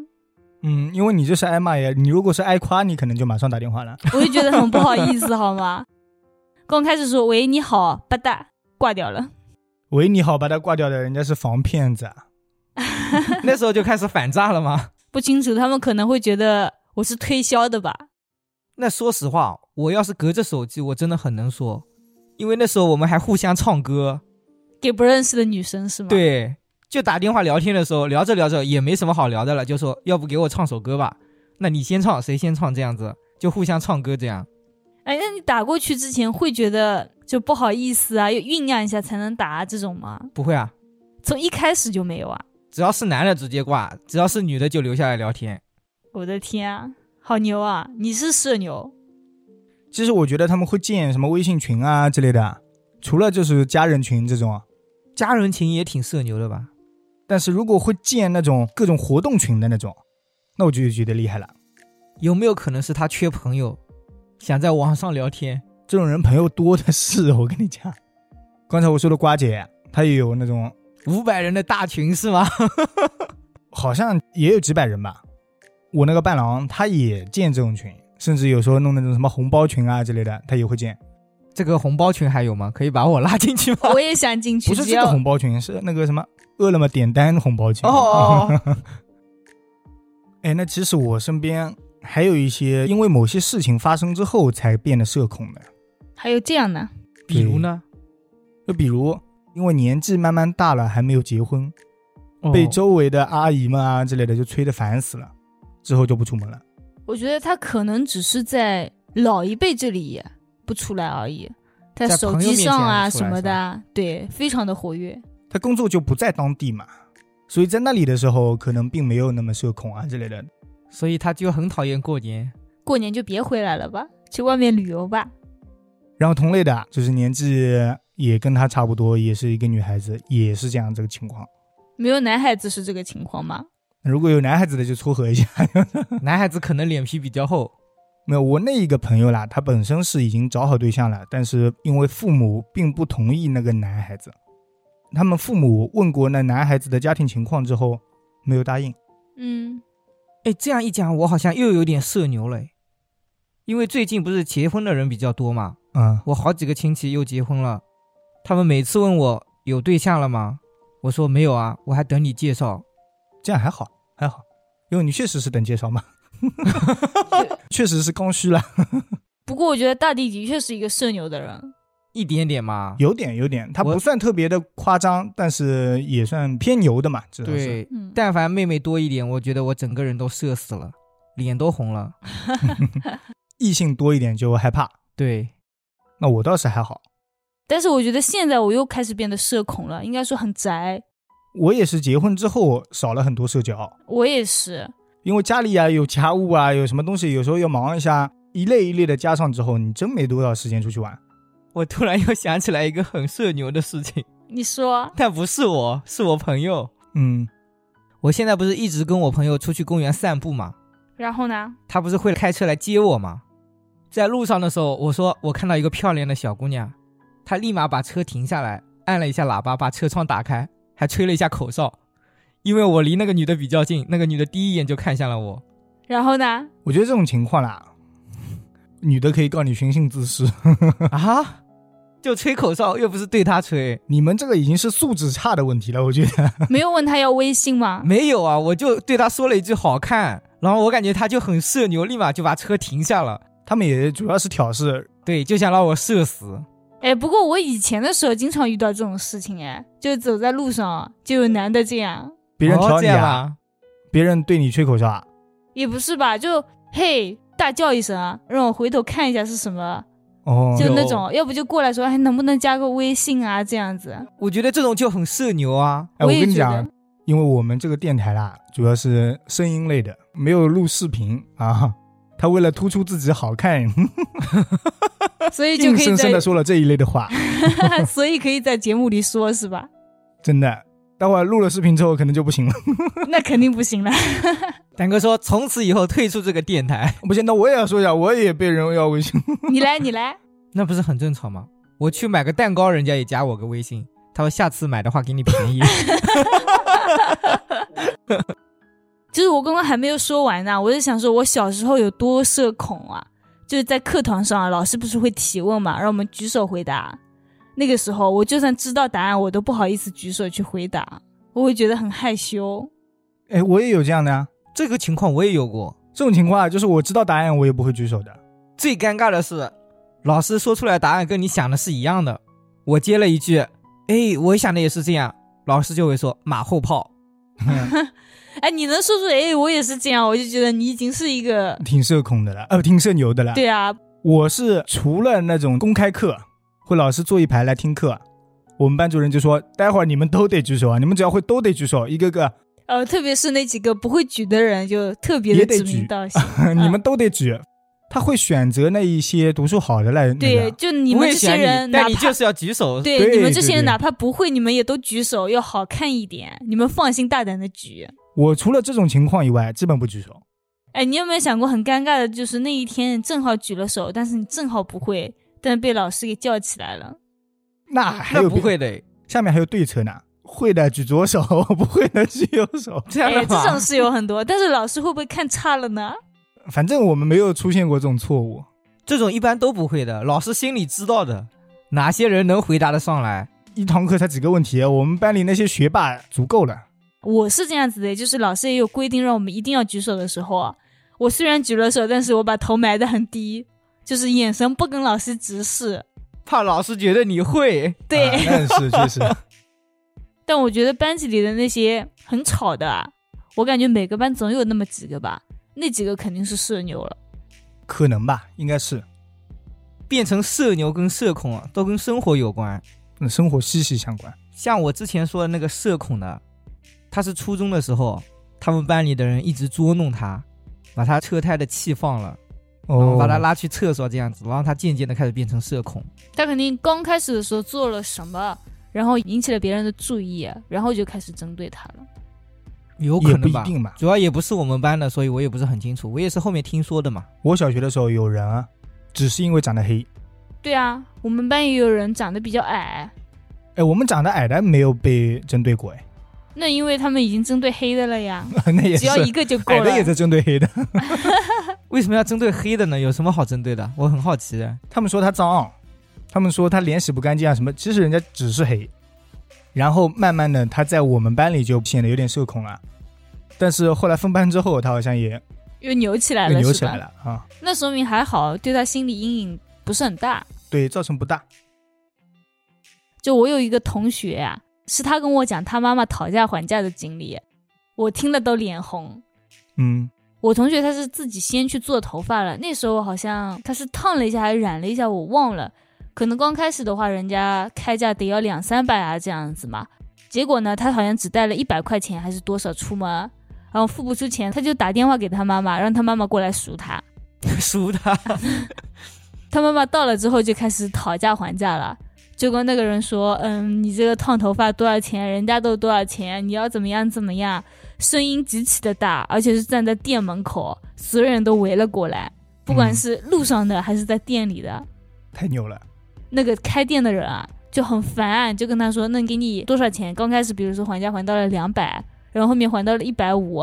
Speaker 1: 嗯，因为你这是挨骂呀，你如果是挨夸，你可能就马上打电话了。 *laughs*
Speaker 2: 我就觉得很不好意思，好吗？刚开始说喂你好，吧嗒，挂掉了。
Speaker 1: 喂，你好，把他挂掉的人家是防骗子啊。
Speaker 3: 那时候就开始反诈了吗？
Speaker 2: 不清楚，他们可能会觉得我是推销的吧？
Speaker 3: 那说实话，我要是隔着手机，我真的很能说，因为那时候我们还互相唱歌，
Speaker 2: 给不认识的女生是吗？，
Speaker 3: 对，就打电话聊天的时候，聊着聊着也没什么好聊的了，就说要不给我唱首歌吧？那你先唱，谁先唱这样子，就互相唱歌这样。
Speaker 2: 哎，那你打过去之前会觉得就不好意思啊，要酝酿一下才能打啊这种吗？
Speaker 3: 不会啊，
Speaker 2: 从一开始就没有啊！
Speaker 3: 只要是男的直接挂，只要是女的就留下来聊天。
Speaker 2: 我的天啊，好牛啊！你是社牛，
Speaker 1: 其实我觉得他们会建什么微信群啊之类的，除了就是家人群这种，啊
Speaker 3: 家人情也挺社牛的吧？
Speaker 1: 但是如果会建那种各种活动群的那种，那我就觉得厉害了。
Speaker 3: 有没有可能是他缺朋友，想在网上聊天？
Speaker 1: 这种人朋友多的是，我跟你讲。 *laughs* 刚才我说的瓜姐，啊她也有那种，
Speaker 3: 五百人的大群是吗？ *laughs*
Speaker 1: 好像也有几百人吧。我那个伴郎他也建这种群，甚至有时候弄那种什么红包群啊之类的，他也会建。
Speaker 3: 这个红包群还有吗？可以把我拉进去吗？
Speaker 2: 我也想进去，
Speaker 1: 不是
Speaker 2: 只
Speaker 1: 这个
Speaker 2: 要
Speaker 1: 红包群，是那个什么饿了么点单红包群。
Speaker 3: 啊哦 *laughs* 哦
Speaker 1: 哦。哎，那其实我身边还有一些因为某些事情发生之后才变得社恐的，
Speaker 2: 还有这样呢？
Speaker 3: 比如呢？
Speaker 1: 就比如因为年纪慢慢大了还没有结婚，
Speaker 3: 哦
Speaker 1: 被周围的阿姨们啊之类的就催得烦死了，之后就不出门了。
Speaker 2: 我觉得他可能只是在老一辈这里不出来而已，在
Speaker 3: 在
Speaker 2: 手
Speaker 3: 朋友
Speaker 2: 机
Speaker 3: 面前
Speaker 2: 上啊
Speaker 3: 不出来
Speaker 2: 什么
Speaker 3: 是吧
Speaker 2: 的啊，对，非常的活跃。
Speaker 1: 他工作就不在当地嘛，所以在那里的时候可能并没有那么社恐啊之类的。
Speaker 3: 所以他就很讨厌过年。
Speaker 2: 过年就别回来了吧，去外面旅游吧。
Speaker 1: 然后同类的，啊就是年纪也跟他差不多，也是一个女孩子，也是这样这个情况。
Speaker 2: 没有男孩子是这个情况吗？
Speaker 1: 如果有男孩子的就撮合一下。
Speaker 3: 男孩子可能脸皮比较厚，
Speaker 1: 没有，我那一个朋友啦，他本身是已经找好对象了，但是因为父母并不同意那个男孩子，他们父母问过那男孩子的家庭情况之后，没有答应。
Speaker 2: 嗯，
Speaker 3: 哎，这样一讲，我好像又有点社牛了诶。因为最近不是结婚的人比较多嘛，
Speaker 1: 嗯，
Speaker 3: 我好几个亲戚又结婚了，他们每次问我有对象了吗？我说没有啊，我还等你介绍。
Speaker 1: 这样还好，还好，因为你确实是等介绍嘛，
Speaker 3: *laughs*
Speaker 1: 确实是刚需了，
Speaker 2: 不过我觉得大地的确是一个社牛的人，
Speaker 3: 一点点嘛。
Speaker 1: 有点有点，他
Speaker 3: 我
Speaker 1: 不算特别的夸张，但是也算偏牛的嘛，至少是。
Speaker 3: 对，
Speaker 2: 嗯，
Speaker 3: 但凡妹妹多一点，我觉得我整个人都社死了，脸都红了。
Speaker 1: 异性多一点就害怕，
Speaker 3: 对，
Speaker 1: 那我倒是还好，
Speaker 2: 但是我觉得现在我又开始变得社恐了，应该说很宅。
Speaker 1: 我也是结婚之后少了很多社交。
Speaker 2: 我也是，
Speaker 1: 因为家里啊有家务啊，有什么东西有时候要忙一下，一类一类的加上之后，你真没多少时间出去玩。
Speaker 3: 我突然又想起来一个很社牛的事情，
Speaker 2: 你说
Speaker 3: 但不是我，是我朋友。
Speaker 1: 嗯，
Speaker 3: 我现在不是一直跟我朋友出去公园散步嘛，
Speaker 2: 然后呢？
Speaker 3: 他不是会开车来接我吗？在路上的时候，我说我看到一个漂亮的小姑娘，她立马把车停下来，按了一下喇叭，把车窗打开，还吹了一下口哨。因为我离那个女的比较近，那个女的第一眼就看向了我。
Speaker 2: 然后呢？
Speaker 1: 我觉得这种情况啦， *laughs* 女的可以告你寻衅滋事，
Speaker 3: 啊，就吹口哨，又不是对她吹。
Speaker 1: 你们这个已经是素质差的问题了。我觉得，
Speaker 2: 没有问他要微
Speaker 1: *laughs*
Speaker 2: 信吗？
Speaker 3: 没有啊，我就对她说了一句好看，然后我感觉她就很社牛，立马就把车停下了。
Speaker 1: 他们也主要是挑事，
Speaker 3: 对，就想让我社死。
Speaker 2: 哎，不过我以前的时候经常遇到这种事情，哎，就是走在路上就有男的这样，
Speaker 1: 别人
Speaker 3: 哦
Speaker 1: 挑
Speaker 3: 这
Speaker 1: 你
Speaker 3: 样
Speaker 1: 啊，
Speaker 3: 啊，
Speaker 1: 别人对你吹口哨啊，
Speaker 2: 也不是吧，就嘿大叫一声啊，让我回头看一下是什么，
Speaker 1: 哦，
Speaker 2: 就那种，要不就过来说，哎，能不能加个微信啊，这样子。
Speaker 3: 我觉得这种就很社牛啊。
Speaker 1: 哎，我
Speaker 2: 也
Speaker 1: 跟你
Speaker 2: 觉
Speaker 1: 讲
Speaker 2: 得，，
Speaker 1: 因为我们这个电台啦，主要是声音类的，没有录视频啊。 *laughs* 他为了突出自己好看，
Speaker 2: 所以就
Speaker 1: 硬
Speaker 2: 可以
Speaker 1: 生生
Speaker 2: 在 *laughs*
Speaker 1: 的说了这一类的话，
Speaker 2: 所以可以在节目里说，是吧？
Speaker 1: 真的。待会儿录了视频之后可能就不行了。
Speaker 2: 那肯定不行了。
Speaker 3: 丹哥说从此以后退出这个电台，
Speaker 1: *laughs* 不行，那我也要说一下，我也被人要微信。 *laughs*
Speaker 2: *laughs* 你来，你来，
Speaker 3: 那不是很正常吗？我去买个蛋糕，人家也加我个微信，他说下次买的话给你便宜。 *laughs*
Speaker 2: 就是我刚刚还没有说完呢，我是想说，我小时候有多社恐啊！就是在课堂上啊，老师不是会提问嘛，让我们举手回答。那个时候，我就算知道答案，我都不好意思举手去回答，我会觉得很害羞。
Speaker 1: 哎，我也有这样的啊。
Speaker 3: 这个情况我也有过，
Speaker 1: 这种情况啊，就是我知道答案，我也不会举手的。
Speaker 3: 最尴尬的是，老师说出来答案跟你想的是一样的。我接了一句：“哎，我想的也是这样。”老师就会说：“马后炮。
Speaker 2: 哎，你能说出哎，我也是这样，我就觉得你已经是一个
Speaker 1: 挺社恐的了， *laughs* 呃，挺社牛的了。，
Speaker 2: 对啊，
Speaker 1: 我是除了那种公开课，会老师坐一排来听课，我们班主任就说，待会儿你们都得举手啊，你们只要会都得举手，一个个， *laughs*
Speaker 2: 呃，特别是那几个不会举的人，就特别
Speaker 1: 也
Speaker 2: 的
Speaker 1: 得
Speaker 2: 指
Speaker 1: 举。
Speaker 2: 名道姓
Speaker 1: 你们都得举。他会选择那一些读书好的来，那 *laughs* 个
Speaker 2: 对，就
Speaker 3: 不
Speaker 2: 你们
Speaker 3: 会
Speaker 2: 这些
Speaker 3: 选
Speaker 2: 人，哪
Speaker 3: 但你
Speaker 2: 怕
Speaker 3: 就是要举手。
Speaker 2: 对
Speaker 1: 哦对
Speaker 2: 你们这
Speaker 1: 对
Speaker 2: 些人，
Speaker 1: 对
Speaker 2: 哪怕不会，你们也都举手，要好看一点，你们放心大胆的举。
Speaker 1: 我除了这种情况以外，基本不举手。
Speaker 2: 哎，你有没有想过很尴尬的，就是那一天正好举了手，但是你正好不会，但被老师给叫起
Speaker 1: *laughs*
Speaker 2: 来了。
Speaker 1: 那还
Speaker 3: 那
Speaker 1: 有
Speaker 3: 不会，
Speaker 2: 哎
Speaker 3: 的，
Speaker 1: 下面还有对策呢。会的举左手， *laughs* 不会的举右手。
Speaker 3: 这样
Speaker 2: 哎，
Speaker 3: 的
Speaker 2: 这
Speaker 3: 话
Speaker 2: 种，事有很多，但是老师会不会看差了呢？
Speaker 1: 反正我们没有出现过这种错误。
Speaker 3: 这种一般都不会的，老师心里知道的，哪些人能回答得上来。
Speaker 1: 一堂课才几个问题，我们班里那些学霸足够了。
Speaker 2: 我是这样子的，就是老师也有规定，让我们一定要举手的时候啊，我虽然举了手，但是我把头埋得很低，就是眼神不跟老师直视。
Speaker 3: 怕老师觉得你会，
Speaker 2: 对，
Speaker 1: 啊那是确实。
Speaker 2: *laughs* 但我觉得班级里的那些很吵的啊，我感觉每个班总有那么几个吧，那几个肯定是社牛了。
Speaker 1: 可能吧，应该是，
Speaker 3: 变成社牛跟社恐啊，都跟生活有关。
Speaker 1: 嗯，生活息息相关。
Speaker 3: 像我之前说的那个社恐的，他是初中的时候，他们班里的人一直捉弄他，把他车胎的气放了，
Speaker 1: 哦
Speaker 3: 然后把他拉去厕所这样子，然后他渐渐的开始变成社恐。
Speaker 2: 他肯定刚开始的时候做了什么，然后引起了别人的注意，然后就开始针对他了。
Speaker 3: 有
Speaker 1: 也
Speaker 3: 可
Speaker 1: 不
Speaker 3: 能
Speaker 1: 一
Speaker 3: 吧，
Speaker 1: 定吧。
Speaker 3: 主要也不是我们班的，所以我也不是很清楚，我也是后面听说的嘛。
Speaker 1: 我小学的时候有人啊，只是因为长得黑。
Speaker 2: 对啊，我们班也有人长得比较矮，
Speaker 1: 哎，我们长得矮的没有被针对过，哎， *laughs*
Speaker 2: 那因为他们已经针对黑的了呀，
Speaker 1: 那 *laughs* 也
Speaker 2: 只
Speaker 1: 是
Speaker 2: 要一个就够
Speaker 1: 矮
Speaker 2: 了
Speaker 1: 的。也在针对黑的。
Speaker 3: 为什么要针对黑的呢？有什么好针对的？我很好奇。 *laughs*
Speaker 1: 他们说他脏啊，他们说他脸洗不干净啊什么，其实人家只是黑。然后慢慢的，他在我们班里就显得有点社恐了。啊但是后来分班之后，他好像也
Speaker 2: 又扭起来
Speaker 1: 又
Speaker 2: 了，
Speaker 1: 扭起来
Speaker 2: 是吧？
Speaker 1: 了啊。
Speaker 2: 那说明还好，对他心理阴影不是很大。
Speaker 1: 对，造成不大。
Speaker 2: 就我有一个同学啊，是他跟我讲他妈妈讨价还价的经历，我听了都脸红。
Speaker 1: 嗯，
Speaker 2: 我同学他是自己先去做头发了，那时候好像他是烫了一下还是染了一下，我忘了。可能刚开始的话，人家开价得要两三百啊这样子嘛。结果呢，他好像只带了一百块钱还是多少出门，然后付不出钱，他就打电话给他妈妈，让他妈妈过来赎他。
Speaker 3: 输他，
Speaker 2: 他妈妈到了之后就开始讨价还价了，就跟那个人说：“嗯，你这个烫头发多少钱？人家都多少钱？你要怎么样怎么样？”声音极其的大，而且是站在店门口，所有人都围了过来，不管是路上的还是在店里的。
Speaker 1: 太牛了。
Speaker 2: 那个开店的人啊就很烦，就跟他说：“那给你多少钱？”刚开始比如说还价还到了两百，然后后面还到了一百五，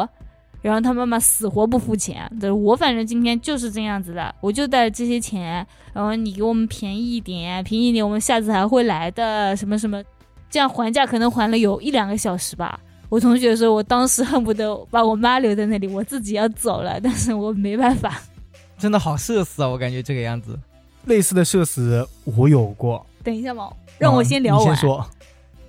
Speaker 2: 然后他妈妈死活不付钱。就是我反正今天就是这样子的，我就带着这些钱，然后你给我们便宜一点，便宜一点，我们下次还会来的，什么什么。这样还价可能还了有一两个小时吧。我同学说，我当时恨不得把我妈留在那里，我自己要走了，但是我没办法。 *laughs*
Speaker 3: 真的好社死啊！我感觉这个样子。
Speaker 1: 类似的社死我有过，
Speaker 2: 等一下嘛，让我先聊
Speaker 1: 嗯
Speaker 2: 完。
Speaker 1: 你先说，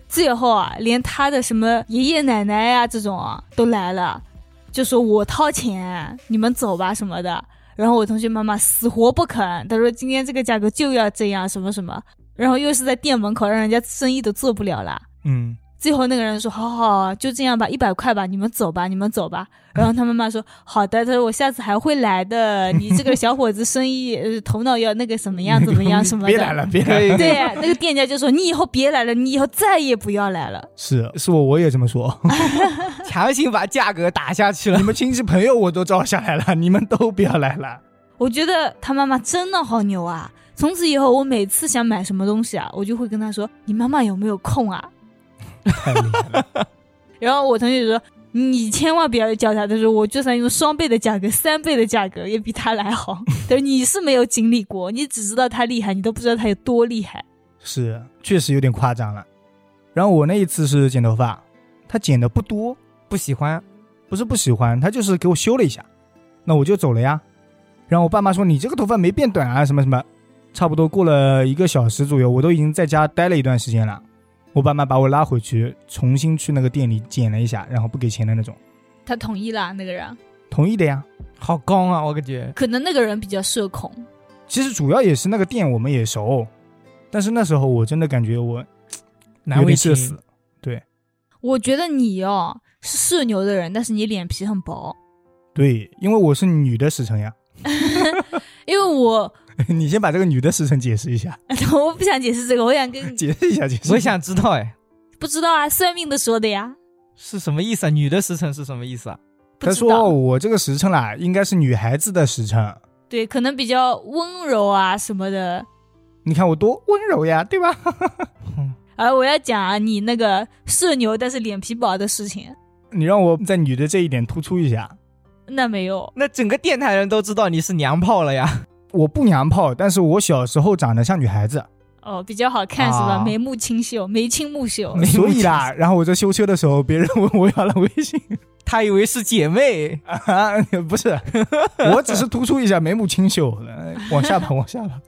Speaker 2: 最后啊，连他的什么爷爷奶奶呀、这种啊都来了，就说我掏钱，你们走吧什么的。然后我同学妈妈死活不肯，她说今天这个价格就要这样什么什么，然后又是在店门口，让人家生意都做不了了。
Speaker 1: 嗯，
Speaker 2: 最后那个人说：“好好好，就这样吧，一百块吧，你们走吧，你们走吧。”然后他妈妈说：“好的，他说我下次还会来的。你这个小伙子生意呃头脑要那个什么样怎么样什么
Speaker 1: *laughs* 别来
Speaker 2: 的。
Speaker 1: 了，别来
Speaker 3: 可
Speaker 1: 了。
Speaker 3: 以，
Speaker 2: 对，那个店家就说：“你以后别来了，你以后再也不要来了。
Speaker 1: 是是我，我也这么说。 *laughs*
Speaker 3: 强行把价格打下去了
Speaker 1: 你。们亲戚朋友我都招下来了，你们都不要来了。”
Speaker 2: 我觉得他妈妈真的好牛啊！从此以后，我每次想买什么东西啊，我就会跟他说：“你妈妈有没有空啊？”
Speaker 1: 太厉害了，
Speaker 2: 然后我同学就说：“你千万不要叫他。”他说：“我就算用双倍的价格、三倍的价格，也比他来好。” *laughs* 他说：“你是没有经历过，你只知道他厉害，你都不知道他有多厉害。
Speaker 1: 是确实有点夸张了。然后我那一次是剪头发，他剪的不多，
Speaker 3: 不喜欢，
Speaker 1: 不是不喜欢，他就是给我修了一下，那我就走了呀。然后我爸妈说你这个头发没变短啊，什么什么。差不多过了一个小时左右，我都已经在家待了一段时间了。我爸妈把我拉回去，重新去那个店里剪了一下，然后不给钱的那种，”
Speaker 2: 他同意了，那个人
Speaker 1: 同意的呀。
Speaker 3: 好刚啊，我感觉。
Speaker 2: 可能那个人比较社恐，
Speaker 1: 其实主要也是那个店我们也熟，但是那时候我真的感觉我
Speaker 3: 难
Speaker 1: 有
Speaker 3: 为
Speaker 1: 点
Speaker 3: 情
Speaker 1: 社死。
Speaker 2: 我觉得你哦是社牛的人，但是你脸皮很薄，
Speaker 1: 对，因为我是女的时辰呀。
Speaker 2: 因为我 *laughs*
Speaker 1: *laughs* 你先把这个女的时辰解释一下，
Speaker 2: 我不想解释这个，我想 *laughs* 跟
Speaker 1: 解释一下，解释一下。
Speaker 3: 嗯我想知道，哎，
Speaker 2: 不知道啊，算命的说的呀，
Speaker 3: 是什么意思啊？女的时辰是什么意思啊？
Speaker 2: 不
Speaker 1: 他
Speaker 2: 知
Speaker 1: 说
Speaker 2: 道，
Speaker 1: 我这个时辰啦，应该是女孩子的时辰。
Speaker 2: 对，可能比较温柔啊什么的。
Speaker 1: 你看我多温柔呀，对吧？ *laughs*
Speaker 2: 而我要讲啊，你那个社牛但是脸皮薄的事情，
Speaker 1: 你让我在女的这一点突出一下，
Speaker 2: 那没有，
Speaker 3: 那整个电台人都知道你是娘炮了呀。 *laughs*
Speaker 1: 我不娘炮，但是我小时候长得像女孩
Speaker 3: *laughs*
Speaker 1: 子，
Speaker 2: 哦，比较好看是吧？
Speaker 3: 啊
Speaker 2: 眉目清秀，眉清目秀
Speaker 3: 没。有
Speaker 1: 所以
Speaker 3: 意
Speaker 1: 啦，然后我在修车的时候，别人问我要了微信 *laughs*
Speaker 3: 他以为是姐妹，
Speaker 1: 啊，不
Speaker 3: *laughs*
Speaker 1: 是，我只是突出一下眉目清秀，呃往下吧，
Speaker 3: *laughs*
Speaker 1: 往下吧。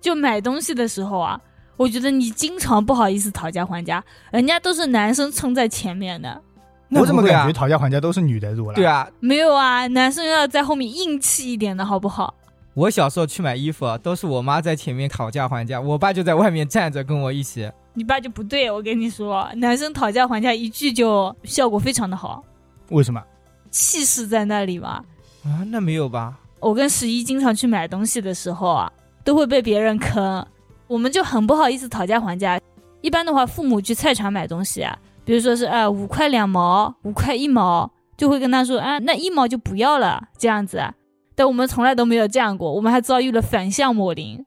Speaker 2: 就买东西的时候啊，我觉得你经常不好意思讨价还价，人家都是男生冲在前面的，
Speaker 3: 那
Speaker 1: 我怎么
Speaker 3: 不会啊
Speaker 1: 感觉讨价还价都是女的多了？
Speaker 3: 对，啊，
Speaker 2: 没有啊，男生要在后面硬气一点的好不好？
Speaker 3: 我小时候去买衣服啊，都是我妈在前面讨价还价，我爸就在外面站着跟我一起。
Speaker 2: 你爸就不对，我跟你说，男生讨价还价一句就效果非常的好，
Speaker 1: 为什么？
Speaker 2: 气势在那里嘛。
Speaker 3: 啊，那没有吧？
Speaker 2: 我跟十一经常去买东西的时候啊，都会被别人坑，我们就很不好意思讨价还价。一般的话，父母去菜场买东西啊，比如说是哎五块两毛，五块一毛，就会跟他说啊，那一毛就不要了这样子。啊。但我们从来都没有这样过，我们还遭遇了反向抹零。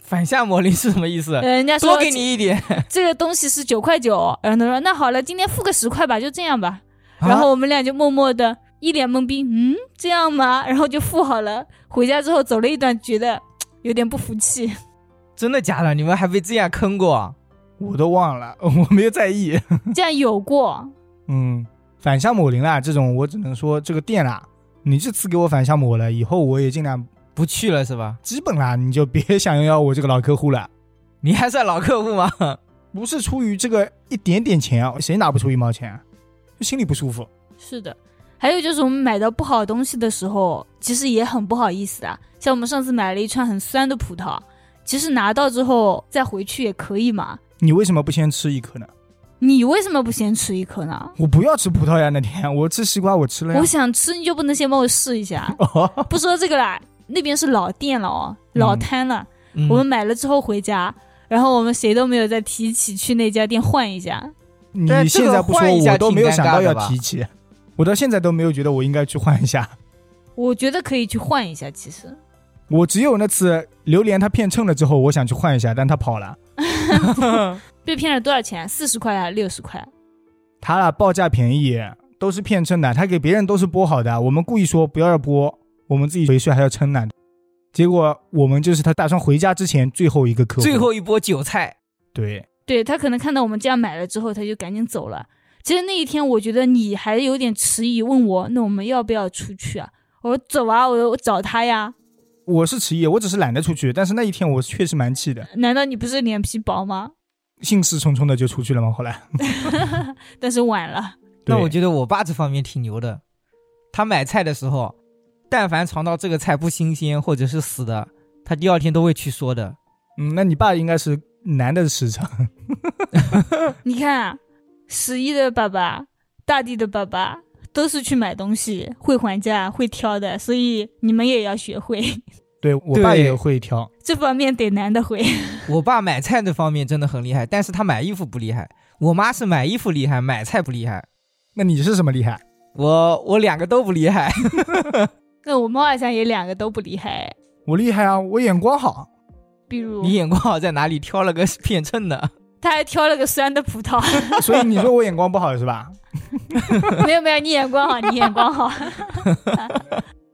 Speaker 3: 反向魔力是什么意思？
Speaker 2: 呃人家 *laughs* 说
Speaker 3: 多给你一点，
Speaker 2: 这个东西是九块九，然后他说那好了，今天付个十块吧，就这样吧。 *laughs* 然
Speaker 3: 啊
Speaker 2: 后我们俩就默默的一脸懵逼，嗯，这样吗？然后就付好了。回家之后走了一段，觉得嘖有点不服 *laughs* 气。
Speaker 3: 真的假的？你们还被这样坑过？
Speaker 1: 我都忘了， *laughs* 我没有在意。
Speaker 2: 这样有过，
Speaker 1: 嗯，反向抹零啦，这种我只能说这个店啦，你这次给我反向抹了，以后我也尽量
Speaker 3: 不去了是吧？
Speaker 1: 基本啦，你就别想要我这个老客户了。 *laughs*
Speaker 3: 你还算老客户吗？
Speaker 1: 不是出于这个一点点钱啊，谁拿不出一毛钱、啊？就心里不舒服。
Speaker 2: 是的。还有就是我们买到不好东西的时候，其实也很不好意思啊。像我们上次买了一串很酸的葡萄，其实拿到之后再回去也可以嘛。
Speaker 1: 你为什么不先吃一颗呢？
Speaker 2: 你为什么不先吃一颗呢？
Speaker 1: 我不要吃葡萄呀，那天我吃西瓜，我吃了呀？
Speaker 2: 我。想吃，你就不能先帮我试一下 *laughs*
Speaker 1: *laughs* 哦，
Speaker 2: 不说这个啦，那边是老店了哦，老
Speaker 1: 嗯
Speaker 2: 摊了。
Speaker 3: 嗯
Speaker 2: 我们买了之后回家，然后我们谁都没有再提起去那家店换一家。
Speaker 1: 你
Speaker 3: 但这
Speaker 1: 现
Speaker 3: 个
Speaker 1: 在不说
Speaker 3: 换一，下
Speaker 1: 我都没有想到要
Speaker 3: 挺尴尬的吧
Speaker 1: 提起，我到现在都没有觉得我应该去换一下。
Speaker 2: 我觉得可以去换一下，其实
Speaker 1: 我只有那次榴莲它骗秤了之后，我想去换一下，但它跑了。
Speaker 3: 嗯
Speaker 2: *laughs* 被骗了多少钱？四十块啊，六十块？
Speaker 1: 他啦报价便宜，都是骗称的，他给别人都是剥好的，我们故意说不要剥，我们自己回去还要称呢。结果我们就是他打算回家之前最后一个客户，
Speaker 3: 最后一波韭菜，
Speaker 1: 对，
Speaker 2: 对他可能看到我们这样买了之后，他就赶紧走了。其实那一天，我觉得你还有点迟疑，问我那我们要不要出去啊？我说走啊，我我找他呀。
Speaker 1: 我是迟疑，我只是懒得出去，但是那一天我确实蛮气的，
Speaker 2: 难道你不是脸皮薄吗？
Speaker 1: 兴师冲冲的就出去了嘛。后来，
Speaker 2: 但是晚了，
Speaker 3: 那
Speaker 1: 对
Speaker 3: 我觉得我爸这方面挺牛的，他买菜的时候，但凡尝到这个菜不新鲜或者是死的，他第二天都会去说的。
Speaker 1: 嗯，那你爸应该是男的时长，
Speaker 2: 你看啊，十一的爸爸、大地的爸爸都是去买东西，会还价、会挑的，所以你们也要学会 *laughs*
Speaker 1: 对我爸
Speaker 3: 对
Speaker 1: 也会挑，
Speaker 2: 这方面得男的会。 *laughs*
Speaker 3: 我爸买菜这方面真的很厉害，但是他买衣服不厉害。我妈是买衣服厉害，买菜不厉害。
Speaker 1: 那你是什么厉害？
Speaker 3: 我我两个都不厉害，
Speaker 2: 那我们好像也两个都不厉害，
Speaker 1: 我厉害啊，我眼光好。
Speaker 2: 比如
Speaker 3: 你眼光好在哪里？挑了个骗秤的，
Speaker 2: 他还挑了个酸的葡萄， *laughs*
Speaker 1: 所以你说我眼光不好是吧？
Speaker 2: 没有没有，你眼光好，你眼光好。 *laughs*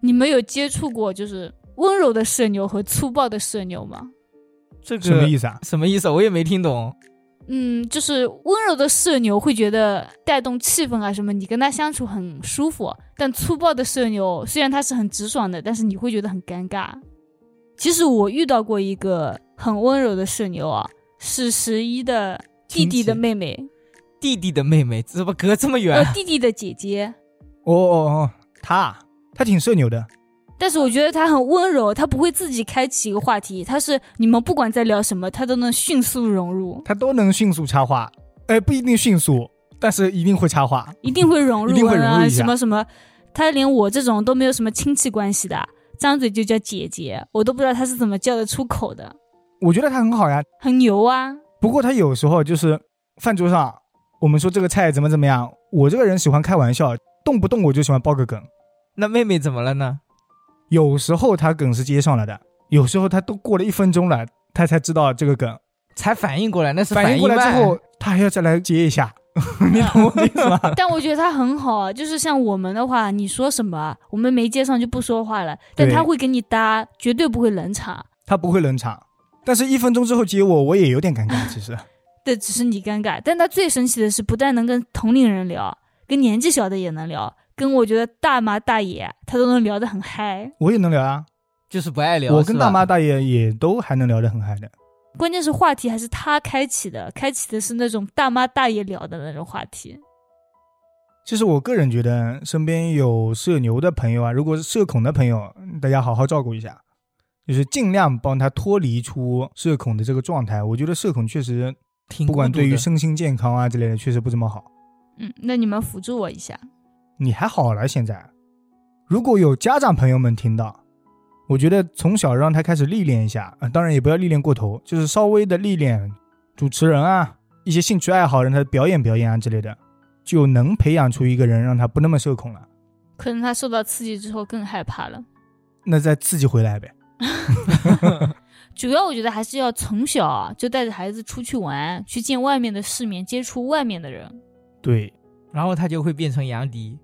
Speaker 2: 你们有接触过就是温柔的社牛和粗暴的社牛吗？
Speaker 3: *laughs* 这个
Speaker 1: 什么意思啊？
Speaker 3: 什么意思？我也没听懂。
Speaker 2: 嗯，就是温柔的社牛会觉得带动气氛啊什么，你跟他相处很舒服。但粗暴的社牛虽然他是很直爽的，但是你会觉得很尴尬。其实我遇到过一个很温柔的社牛啊，是十一的弟弟的
Speaker 3: 亲戚啊
Speaker 2: 妹妹，
Speaker 3: 弟弟的妹妹，怎么隔这么
Speaker 2: 呃
Speaker 3: 远？， *laughs*
Speaker 2: 弟弟的姐姐。
Speaker 1: 哦哦哦，他啊他挺社牛的，
Speaker 2: 但是我觉得他很温柔，他不会自己开启一个话题，他是你们不管在聊什么，他都能迅速融入，
Speaker 1: 他都能迅速插话，哎，不一定迅速，但是一定会插话。
Speaker 2: 一定会融
Speaker 1: 一定
Speaker 2: 入
Speaker 1: 会融入
Speaker 2: 啊，
Speaker 1: 一下
Speaker 2: 什么什么，他连我这种都没有什么亲戚关系的，张嘴就叫姐姐，我都不知道他是怎么叫得出口的，
Speaker 1: 我觉得他很好呀，
Speaker 2: 很牛啊！
Speaker 1: 不过他有时候就是饭桌上，我们说这个菜怎么怎么样，我这个人喜欢开玩笑，动不动我就喜欢爆个梗。
Speaker 3: 那妹妹怎么了呢？
Speaker 1: 有时候他梗是接上来的，有时候他都过了一分钟了，他才知道这个梗，
Speaker 3: 才反应过来，那是
Speaker 1: 反应过来
Speaker 3: 慢
Speaker 1: 之后，他还要再来接一下，你懂我的意思吗？
Speaker 2: 但我觉得他很好啊，就是像我们的话，你说什么，我们没接上就不说话了，但
Speaker 1: 对
Speaker 2: 他会给你搭，绝对不会冷场。
Speaker 1: 他不会冷场，但是一分钟之后接我，我 *laughs* 也有点尴尬。其实
Speaker 2: 对，只是你尴尬。但他最神奇的是，不但能跟同龄人聊，跟年纪小的也能聊，跟我觉得大妈大爷他都能聊得很嗨。
Speaker 1: 我也能聊啊，
Speaker 3: 就是不爱聊。
Speaker 1: 我跟
Speaker 3: 是吧
Speaker 1: 大妈大爷也都还能聊得很嗨的。
Speaker 2: 关键是话题还是他开启的，开启的是那种大妈大爷聊的那种话题。
Speaker 1: 其实我个人觉得，身边有社牛的朋友啊，如果是社恐的朋友，大家好好照顾一下，就是尽量帮他脱离出社恐的这个状态。我觉得社恐确实，
Speaker 3: 挺
Speaker 1: 不管
Speaker 3: 孤独的
Speaker 1: 对于身心健康啊之类的，确实不怎么好。
Speaker 2: 嗯，那你们辅助我一下。
Speaker 1: 你还好了现在。如果有家长朋友们听到，我觉得从小让他开始历练一下，啊，当然也不要历练过头，就是稍微的历练主持人啊，一些兴趣爱好，让他表演表演啊之类的，就能培养出一个人让他不那么社恐了。
Speaker 2: 可能他受到刺激之后更害怕了。
Speaker 1: 那再刺激回来呗。
Speaker 2: 主要我觉得还是要从小啊就带着孩子出去玩，去见外面的世面，接触外面的人。
Speaker 1: 对，
Speaker 3: 然后他就会变成杨迪。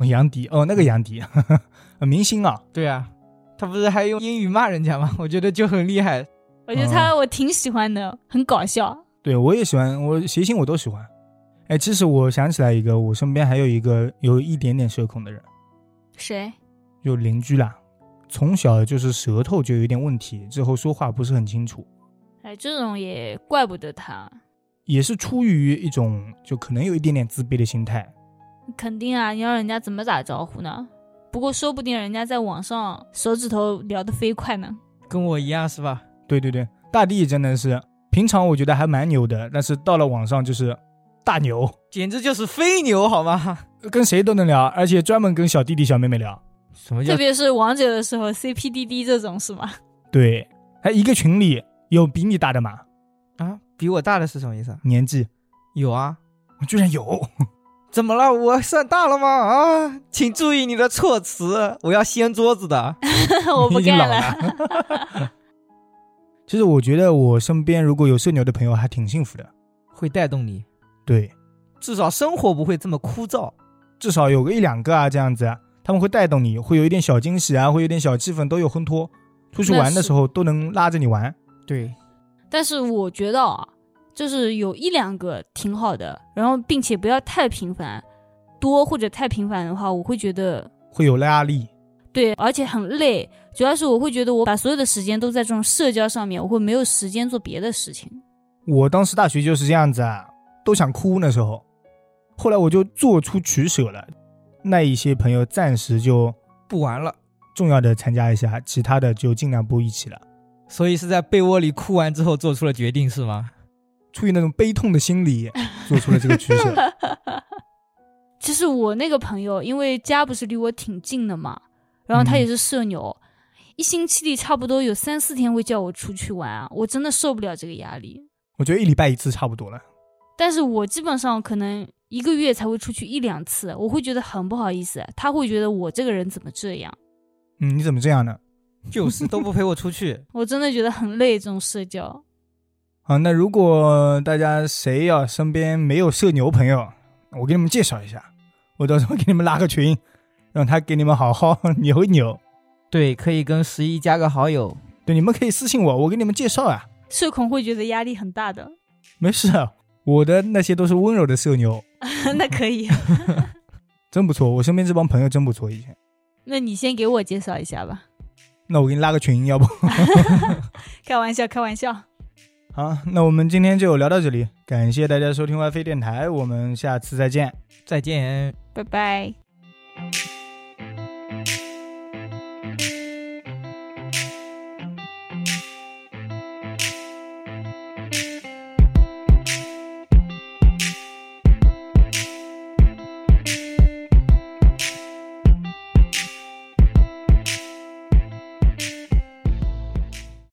Speaker 1: 杨迪哦，那个杨迪， *laughs* 呵呵明星啊，
Speaker 3: 对啊，他不是还用英语骂人家吗？ *laughs* 我觉得就很厉害。
Speaker 2: 我觉得他我挺喜欢的，很搞笑。
Speaker 1: 对我也喜欢，我谐星我都喜欢。哎，其实我想起来一个，我身边还有一个有一点点社恐的人。
Speaker 2: 谁？
Speaker 1: 就邻居啦，从小就是舌头就有一点问题，之后说话不是很清楚，
Speaker 2: 哎，这种也怪不得他。
Speaker 1: 也是出于一种就可能有一点点自卑的心态。
Speaker 2: 肯定啊，你要人家怎么打招呼呢？不过说不定人家在网上手指头聊得飞快呢。
Speaker 3: 跟我一样是吧？
Speaker 1: 对对对，大地真的是平常我觉得还蛮牛的，但是到了网上就是大牛，
Speaker 3: 简直就是飞牛好吗？
Speaker 1: 跟谁都能聊，而且专门跟小弟弟小妹妹聊。
Speaker 3: 什么
Speaker 2: 特别是王者的时候，CPDD 这种是吗？
Speaker 1: 对，还一个群里有比你大的吗？
Speaker 3: 啊？比我大的是什么意思啊？
Speaker 1: 年纪
Speaker 3: 有啊？
Speaker 1: 我居然有，
Speaker 3: 怎么了？我算大了吗？啊，请注意你的措辞，我要掀桌子的。 *laughs*
Speaker 2: *laughs* 哦我不
Speaker 1: *laughs* 你已经
Speaker 2: 干
Speaker 1: 老
Speaker 2: 了。
Speaker 1: 了。 *laughs* 其实我觉得我身边如果有社牛的朋友还挺幸福的，
Speaker 3: 会带动你，
Speaker 1: 对，
Speaker 3: 至少生活不会这么枯燥。
Speaker 1: 至少有个一两个啊，这样子啊，他们会带动你，会有一点小惊喜啊，会有点小气氛，都有烘托。出去玩的时候都能拉着你玩，
Speaker 3: 对，
Speaker 2: 但是我觉得啊，就是有一两个挺好的，然后并且不要太频繁，多或者太频繁的话，我会觉得
Speaker 1: 会有拉力。
Speaker 2: 对，而且很累。主要是我会觉得我把所有的时间都在这种社交上面，我会没有时间做别的事情。 *laughs*
Speaker 1: 我当时大学就是这样子啊，都想哭那时候。后来我就做出取舍了，那一些朋友暂时就
Speaker 3: 不玩了，
Speaker 1: 重要的参加一下，其他的就尽量不一起了。
Speaker 3: 所以是在被窝里哭完之后做出了决定是吗？
Speaker 1: 出于那种悲痛的心理，做出了这个取
Speaker 2: *laughs*
Speaker 1: 舍。
Speaker 2: 其实我那个朋友，因为家不是离我挺近的嘛，然后他也是社牛，一星期里差不多有三四天会叫我出去玩啊，我真的受不了这个压力。
Speaker 1: 我觉得一礼拜一次差不多了。
Speaker 2: 但是我基本上可能一个月才会出去一两次，我会觉得很不好意思，他会觉得我这个人怎么这样，
Speaker 1: 嗯，你怎么这样呢？
Speaker 3: 就是都不陪我出去，
Speaker 2: 我真的觉得很累这种社交。
Speaker 1: 好，啊那如果大家谁要身边没有社牛朋友，我给你们介绍一下，我到时候给你们拉个群，让他给你们好好 *laughs* 扭一扭。
Speaker 3: *laughs* 对，可以跟十一加个好友。
Speaker 1: 对，你们可以私信我，我给你们介绍啊。
Speaker 2: 社恐会觉得压力很大的，
Speaker 1: 没事啊，我的那些都是温柔的社牛，
Speaker 2: *laughs* 那可以。
Speaker 1: 真不错。我身边这帮朋友真不错，以前。
Speaker 2: *laughs* 那你先给我介绍一下吧，
Speaker 1: 那我给你拉个群，要不？
Speaker 2: 开玩笑，开玩笑。
Speaker 1: 好，那我们今天就聊到这里，感谢大家收听 WiFi 电台，我们下次再见。
Speaker 3: 再见。
Speaker 2: 拜拜。